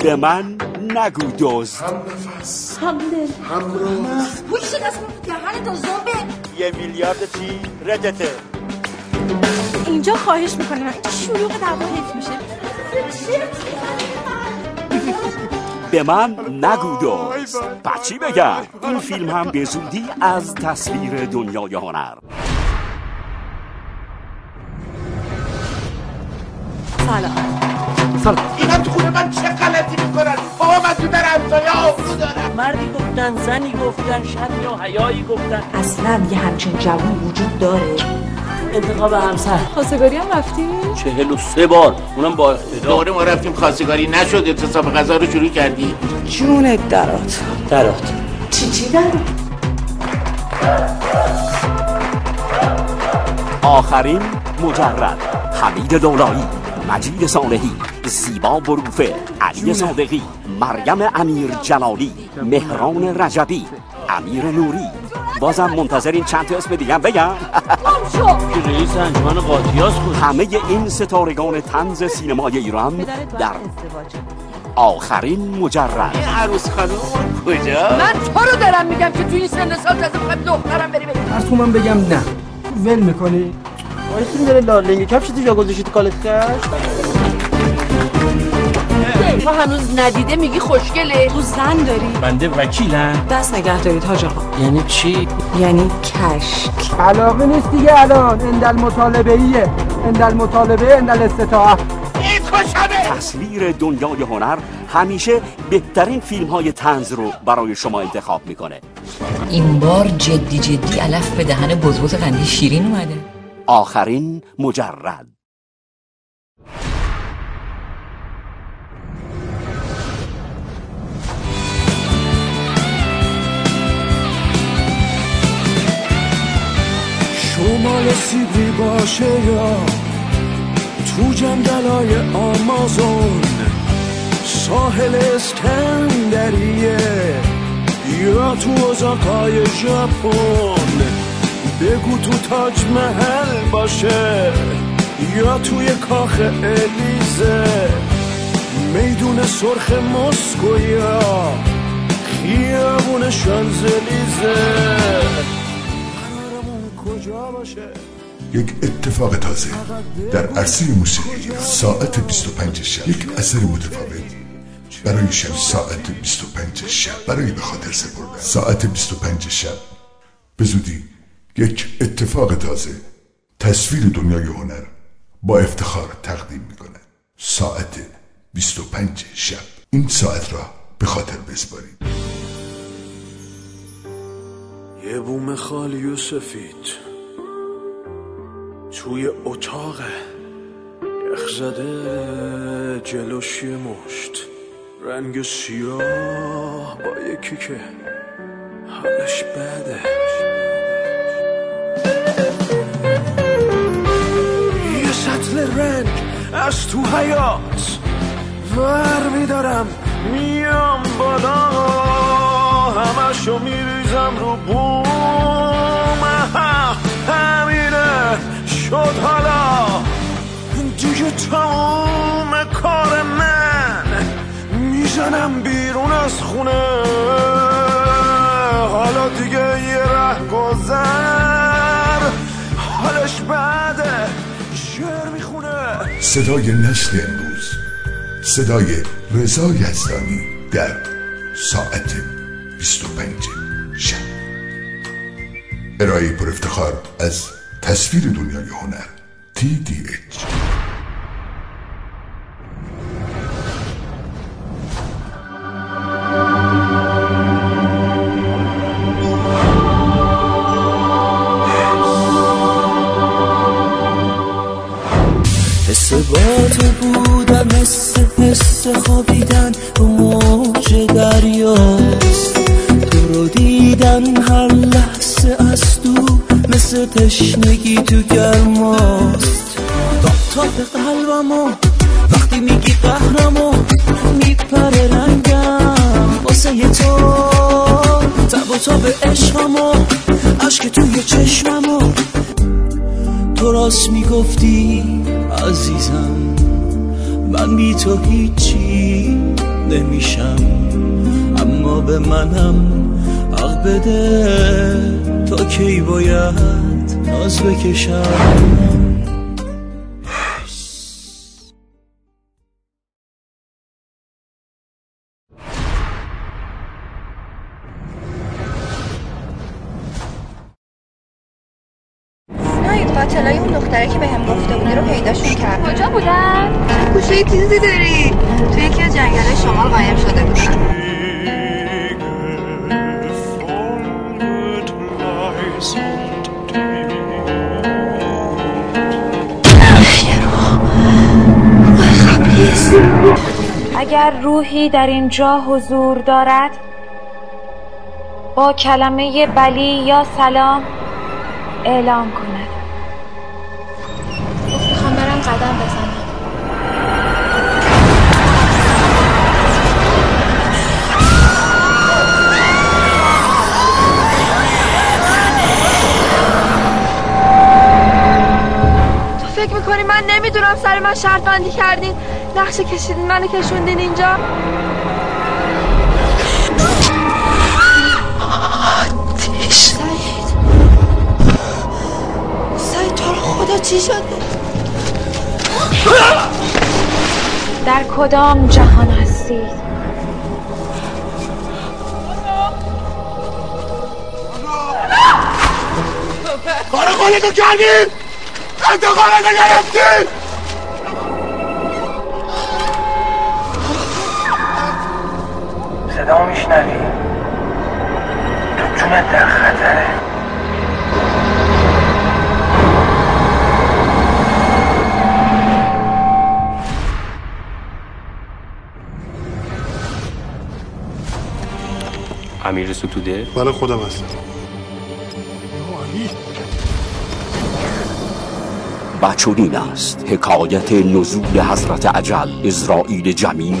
به من نگو دزد همدل همراه پولیش دست بود دهن تا زنبه یه میلیارد چی ردته اینجا خواهش میکنم اینجا شلوغ دعوا حفظ میشه به من نگو دوست پس چی بگم این فیلم هم به زودی از تصویر دنیای هنر سلام سلام اینا تو خونه من چه غلطی میکنن بابا من تو در همسایه آبرو دارم مردی گفتن زنی گفتن شب یا حیایی گفتن اصلا یه همچین جوون وجود داره انتخاب همسر خواستگاری هم رفتی؟ چهل و سه بار اونم با اقتدار ما رفتیم خواستگاری نشد اتصاب غذا رو شروع کردی جونت درات درات چی چی داره؟ آخرین مجرد حمید دولایی مجید صالحی زیبا بروفه علی صادقی مریم امیر جلالی مهران رجبی امیر نوری بازم منتظر این چند تا اسم دیگه هم بگم رئیس انجمن قاطیاس بود همه این ستارگان تنز سینمای ایران در آخرین مجرد این عروس خانم کجا؟ من تو رو دارم میگم که تو این سن سال تازه میخوایم دخترم بری بگیری از تو من بگم نه ول میکنی آیستون داره لالنگی کفش تو جا گذاشتی تو کالت کرد تو هنوز ندیده میگی خوشگله تو زن داری؟ بنده وکیلم دست نگه دارید حاج آقا یعنی چی؟ یعنی کش علاقه نیست دیگه الان اندل مطالبه ایه اندل مطالبه اندل استطاعت تصویر دنیای هنر همیشه بهترین فیلم های تنز رو برای شما انتخاب میکنه این بار جدی جدی علف به دهن بزبز قندی شیرین اومده آخرین مجرد شمال سیبری باشه یا تو جنگلای آمازون ساحل اسکندریه یا تو ازاقای ژاپن بگو تو تاج محل باشه یا توی کاخ الیزه میدون سرخ مسکو یا خیابون شانزلیزه یک اتفاق تازه در عرصه موسیقی ساعت 25 شب یک اثر متفاوت برای شب ساعت 25 شب برای به خاطر سپردن ساعت 25 شب به زودی یک اتفاق تازه تصویر دنیای هنر با افتخار تقدیم میکند ساعت 25 شب این ساعت را به خاطر بسپارید یه بوم خالی و سفید توی اتاق یخزده جلوش یه مشت رنگ سیاه با یکی که حالش بده یه سطل رنگ از تو حیات ور میدارم میام بالا همشو میریزم رو بوم اه، همینه شد حالا دیگه تمام کار من میزنم بیرون از خونه حالا دیگه یه ره گذر حالش بعده شعر میخونه صدای نسل امروز صدای رضا یزدانی در ساعت 25 شب ارائه پر افتخار از تصویر دنیای هنر تی دی اچ حس با تو بودم حس حس خوابیدن رو موج دریاست تو رو دیدن هر لحظه از تو مثل تشنگی تو گرماست داتا به قلبم و وقتی میگی قهرم و میپره رنگم واسه یه تو تب و تاب عشقم و عشق توی چشمم و تو راست میگفتی عزیزم من بی تو هیچی نمیشم اما به منم حق بده تا کی باید ناز بکشم قاتلای اون دختره که بهم گفته بودی رو پیداشون کردم کجا بودن؟ گوشه تیزی داری تو یکی از جنگل شمال قایم شده بودن اگر روحی در اینجا حضور دارد با کلمه بلی یا سلام اعلام کند میخوام برم قدم بزنم تو فکر میکنی من نمیدونم سر من شرط بندی کردین نقشه کشیدین منو کشوندین اینجا سعید سعید تو رو خدا چی شده؟ در کدام جهان هستید کار خودتو کردی انتقالتو گرفتی صدا میشنوی تو جونت در خطره امیر ستوده بله خودم هستم و چنین است حکایت نزول حضرت عجل اسرائیل جمیل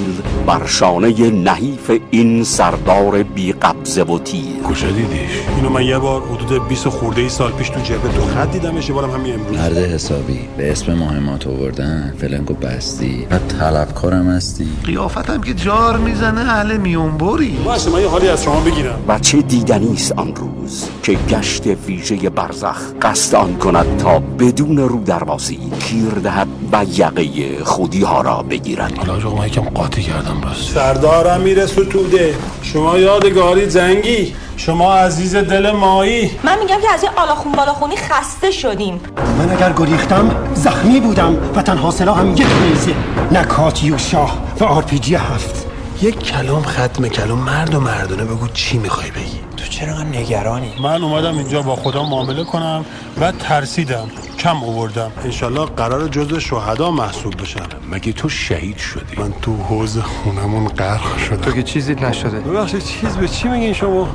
بر شانه نحیف این سردار بی قبضه و تیر کجا دیدیش اینو من یه بار حدود 20 خورده ای سال پیش تو جبه دو خط دیدمش یه بارم همین امروز مرد حسابی به اسم مهمات آوردن فلنگو بستی و طلبکارم هستی قیافتم که جار میزنه اهل میونبری باشه من یه حالی از شما بگیرم و چه دیدنی است آن روز که گشت ویژه برزخ قصد آن کند تا بدون رو دروازی گیر دهد و یقه خودی ها را بگیرد حالا آقا من یکم قاطی کردم راست سردارم میره ستوده شما یادگاری زنگی شما عزیز دل مایی من میگم که از این آلاخون بالاخونی خسته شدیم من اگر گریختم زخمی بودم و تنها سلاحم یک نیزه نه کاتی و شاه و آرپیجی هفت یک کلام ختم کلام مرد و مردانه بگو چی میخوای بگی تو چرا نگرانی من اومدم اینجا با خدا معامله کنم و ترسیدم کم آوردم انشالله قرار جزء شهدا محسوب بشم مگه تو شهید شدی من تو حوز خونمون غرق شدم تو که چیزی نشده ببخشید چیز به چی میگین شما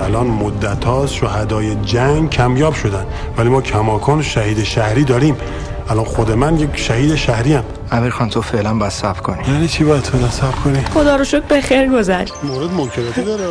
الان مدت هاست شهدای جنگ کمیاب شدن ولی ما کماکان شهید شهری داریم الان خود من یک شهید شهری هم امیر خان تو فعلا باید سب کنی یعنی چی باید فعلا سب کنی؟ خدا رو شکر به خیر گذشت مورد منکراتی داره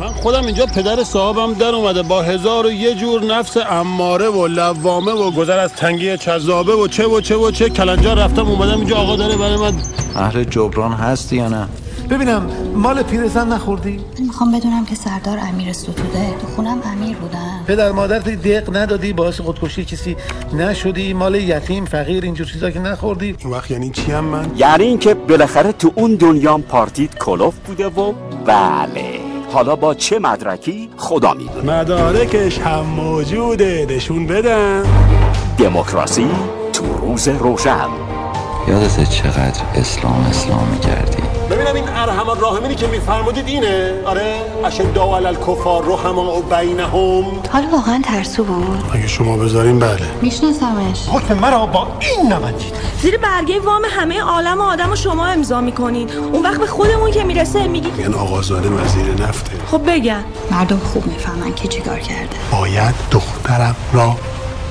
من خودم اینجا پدر صاحبم در اومده با هزار و یه جور نفس اماره و لوامه و گذر از تنگی چذابه و چه و چه و چه کلنجار رفتم اومدم اینجا آقا داره برای من اهل جبران هستی یا نه ببینم مال پیرزن نخوردی میخوام بدونم که سردار امیر ستوده تو خونم امیر بودن پدر مادرت دق ندادی باعث خودکشی کسی نشدی مال یتیم فقیر اینجور چیزا که نخوردی این وقت یعنی چی هم من یعنی اینکه بالاخره تو اون دنیا هم پارتیت کلوف بوده و بله حالا با چه مدرکی خدا میدونه مدارکش هم موجوده نشون بدن دموکراسی تو روز روشن یادت چقدر اسلام اسلام میکردی ببینم این ارحم راهمینی که میفرمودید اینه آره اشدا علی الکفار رحما و بینهم حالا واقعا ترسو بود اگه شما بذارین بله میشناسمش خب حکم مرا با این نبندید زیر برگه وام همه عالم و آدم و شما امضا میکنید اون وقت به خودمون که میرسه میگی میگن یعنی آقازاده وزیر نفته خب بگم مردم خوب میفهمن که چیکار کرده باید دخترم را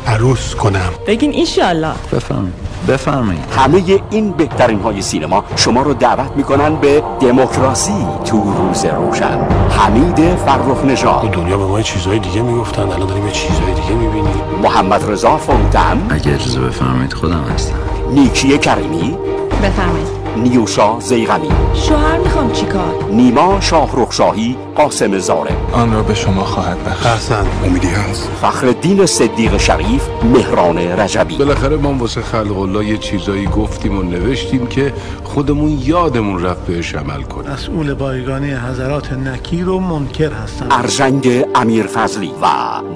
عروس کنم بگین ایشالله بفهم بفرمایید همه این بهترین های سینما شما رو دعوت میکنن به دموکراسی تو روز روشن حمید فرخ نژاد دنیا به ما یه چیزهای دیگه میگفتن الان داریم یه چیزهای دیگه میبینیم محمد رضا فروتن اگه اجازه بفرمایید خودم هستم نیکی کریمی بفرمایید نیوشا زیغمی شوهر میخوام چیکار نیما شاهرخشاهی قاسم زاره آن را به شما خواهد بخش احسن امیدی هست فخر دین صدیق شریف مهران رجبی بالاخره ما واسه خلق الله یه چیزایی گفتیم و نوشتیم که خودمون یادمون رفت بهش عمل کنیم مسئول بایگانی حضرات نکیر و منکر هستم ارجنگ امیر فضلی و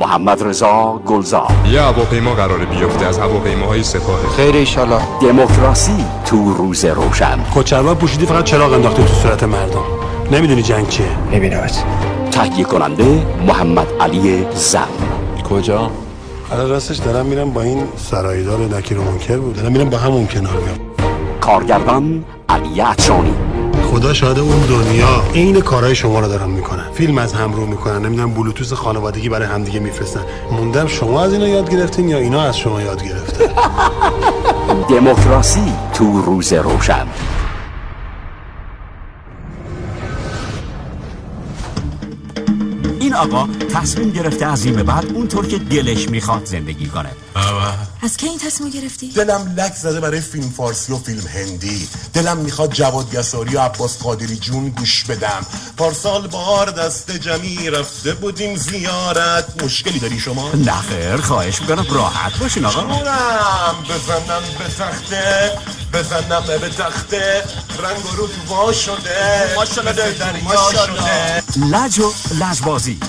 محمد رضا گلزار یه هواپیما قراره بیفته از هواپیماهای سپاه خیر ایشالا دموکراسی تو روز روشن کچروا پوشیدی فقط چراغ انداخته تو صورت مردم نمیدونی جنگ چیه میبینمت تهیه کننده محمد علی زن کجا الان راستش دارم میرم با این سرایدار نکیر و منکر بود دارم میرم با همون کنار میام کارگردان علی عطشانی خدا شاده اون دنیا عین کارهای شما رو دارن میکنن فیلم از هم رو میکنن نمیدونم بلوتوس خانوادگی برای همدیگه میفرستن موندم شما از اینا یاد گرفتین یا اینا از شما یاد گرفتن دموکراسی تو روز روشن این آقا تصمیم گرفته از این به بعد اونطور که دلش میخواد زندگی کنه از کی این تصمیم گرفتی؟ دلم لک زده برای فیلم فارسی و فیلم هندی دلم میخواد جواد گساری و عباس قادری جون گوش بدم پارسال بار دست جمعی رفته بودیم زیارت مشکلی داری شما؟ نه خیر خواهش میکنم راحت باشین آقا جونم بزنم به تخته بزنم به تخته رنگ و رو تو وا شده ماشاءالله مثل دایی، دریا ماشاءالله. شده لج و لجبازی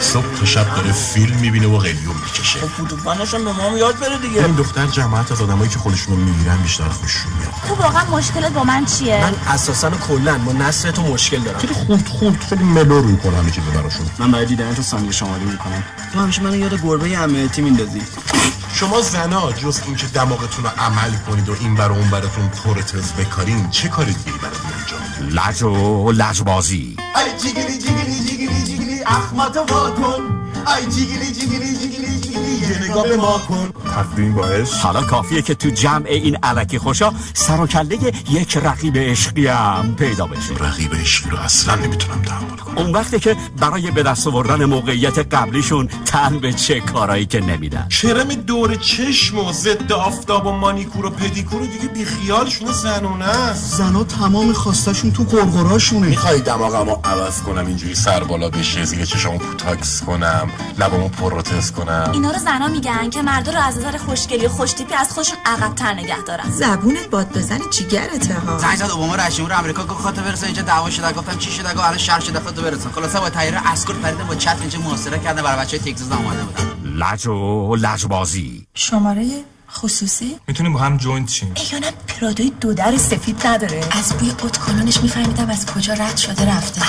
صبح تا شب داره فیلم میبینه و قلیون میکشه بودوبانشم به ما هم یاد بره دیگه این دختر جماعت از آدمایی که خودشونو میگیرن بیشتر خوششون میاد تو واقعا مشکلت با من چیه؟ من اساسا کلا با نصر تو مشکل دارم خیلی خونت خونت خیلی ملو روی کن همه چیز براشون من برای دیدن تو سانیه شماری میکنم تو همیشه منو یاد گربه امنیتی میندازی شما زنا جز اینکه دماغتون رو عمل کنید و این بر و اون براتون پر تز بکارین چه کاری دیگه براتون انجام میدید لج و لجبازی ای جیگلی جیگلی جیگلی جیگلی اخماتو وا کن ای جیگلی جیگلی جیگلی جیگلی یه نگاه به ما کن تقدیم باش حالا کافیه که تو جمع این علکی خوشا سر و کله یک رقیب عشقی هم پیدا بشه رقیب عشقی رو اصلا نمیتونم تحمل کنم اون وقتی که برای به دست آوردن موقعیت قبلیشون تن به چه کارایی که نمیدن کرم دور چشم و ضد آفتاب و مانیکور و پدیکور و دیگه بیخیالشون زنونه است زنا تمام خواستشون تو گرگراشونه میخوای دماغمو عوض کنم اینجوری سر بالا بشه زیر چشامو پوتاکس کنم لبامو پروتز کنم اینا رو زنا میگن که مردا رو از نظر خوشگلی و خوشتیپی از خودشون عقب‌تر نگه دارن زبونت باد بزنی چیگرته ها زنگ زد اوباما رئیس جمهور آمریکا گفت خاطر برسه اینجا دعوا شده گفتم چی شده گفت الان شر شده خاطر برسه خلاصه با تایید اسکورت پریدم با چتر اینجا محاصره کردن برای بچه تگزاس آماده بودن لج و لجبازی شماره خصوصی میتونیم با هم جوینت شیم ایانم پرادوی دو در سفید نداره از بوی اتکلونش میفهمیدم از کجا رد شده رفته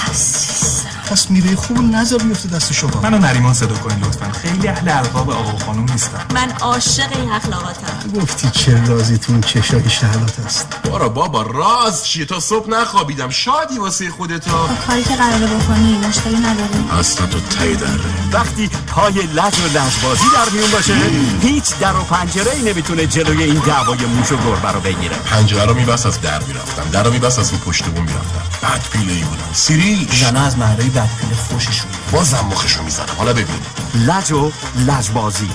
پس میوه خوب نظر بیفته دست شما منو نریمان صدا کنین لطفا خیلی اهل القاب آقا و خانم نیستم من عاشق این اخلاقاتم گفتی چه رازی تو اون چشای شهلات است بارا بابا راز چیه تا صبح نخوابیدم شادی واسه خودتا کاری که قراره بکنی مشکلی نداره اصلا تو تایی دره وقتی پای لج و لجبازی در میون باشه هیچ در و پنجره ای نمیتونه جلوی این دعوای موش و گربه رو بگیره پنجره رو میبست از در میرفتم در رو میبست از این پشت بوم میرفتم بد پیله ای بودم سیریل زنا از مردای بدپیله خوششون میاد. بازم مخشو میزنم حالا ببین لج و لجبازی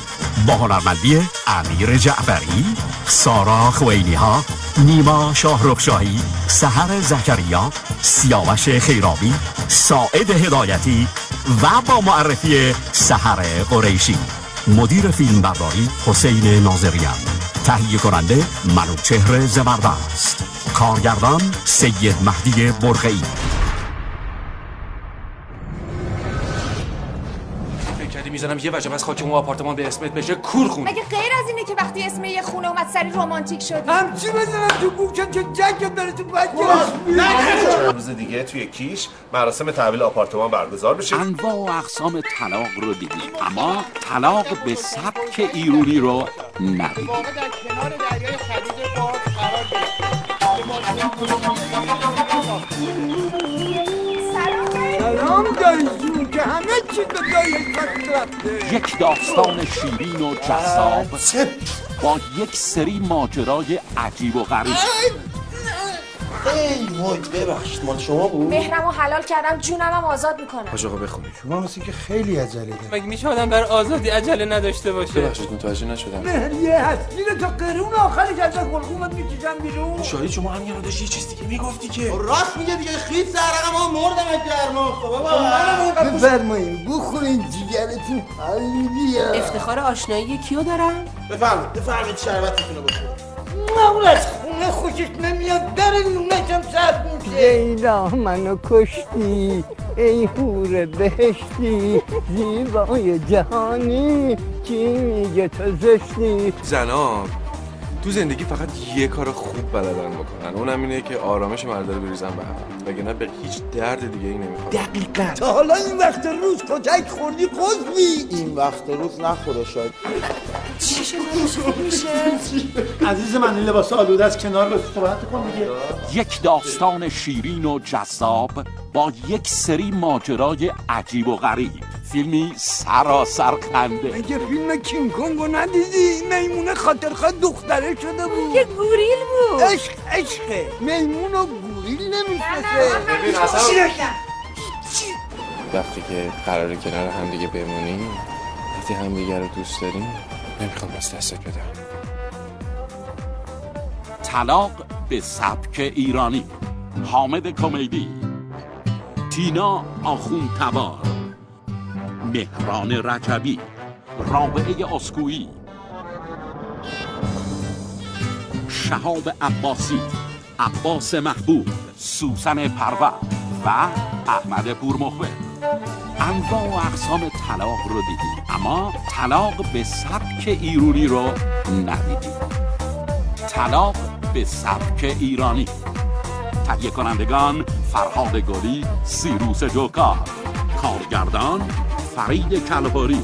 با هنرمندی امیر جعفری سارا خوینی ها نیما شاهرخشاهی سحر زکریا سیاوش خیرابی ساعد هدایتی و با معرفی سحر قریشی مدیر فیلمبرداری حسین ناظریان تهیه کننده منوچهر زبردست کارگردان سید مهدی برقعی فکر کردی میزنم یه وجب از خاک اون آپارتمان به اسمت بشه کور خون مگه غیر از اینه که وقتی اسم یه خونه اومد سری رمانتیک شد همچی بزنم تو گوشم که جنگ داره تو خب، بچه چند روز دیگه توی کیش مراسم تحویل آپارتمان برگزار میشه انواع و اقسام طلاق رو دیدیم اما طلاق به سبک ایرونی رو ندیدیم سلام دایی جون که همه چی به دایی خط رفته یک داستان شیرین و جذاب با یک سری ماجرای عجیب و غریب ای وای ببخشید مال شما بود مهرمو حلال کردم جونم هم آزاد میکنم حاج آقا بخون شما مثل که خیلی عجله داره مگه میشه آدم بر آزادی عجله نداشته باشه ببخشید متوجه نشدم مهریه هست میره تا قرون آخرش از قلقومت میکشم بیرون خب، شاید شما هم یه داشت یه چیز دیگه میگفتی که راست میگه دیگه خیلی سرقه ما مردم از گرما خب بفرمایید بخورین جیگرتون حالیه افتخار آشنایی کیو دارم بفرمایید بفرمایید شربتتون رو بخورید نه اون از خونه خوشش نمیاد در نونشم سرد میشه لیلا منو کشتی ای حور بهشتی زیبای جهانی کی میگه تو زشتی زنا تو زندگی فقط یه کار خوب بلدن بکنن اونم اینه که آرامش مردا رو بریزن به هم وگرنه به هیچ درد دیگه ای نمیخواد دقیقا تا حالا این وقت روز کتک خوردی قضمی این وقت روز نخوره شاید چی شد چی میشه عزیز من این لباس آلوده از کنار به صحبت کن دیگه یک داستان شیرین و جذاب با یک سری ماجرای عجیب و غریب فیلمی سراسر خنده مگه فیلم کینگ کنگو ندیدی میمونه خاطرخواه دختره شده بود یه گوریل بود عشق عشقه میمون و گوریل نمیشه ببین اصلا چی وقتی که قراره کنار هم دیگه بمونیم وقتی هم دیگه رو دوست داریم نمیخوام از دستت بدم طلاق به سبک ایرانی حامد کمیدی تینا آخون تبار مهران رجبی رابعه اسکویی شهاب عباسی عباس محبوب سوسن پرور و احمد پورمخبر انواع و اقسام طلاق رو دیدیم اما طلاق به سبک ایرونی رو ندیدیم طلاق به سبک ایرانی تهیه کنندگان فرهاد گلی سیروس جوکار کارگردان فرید کلباری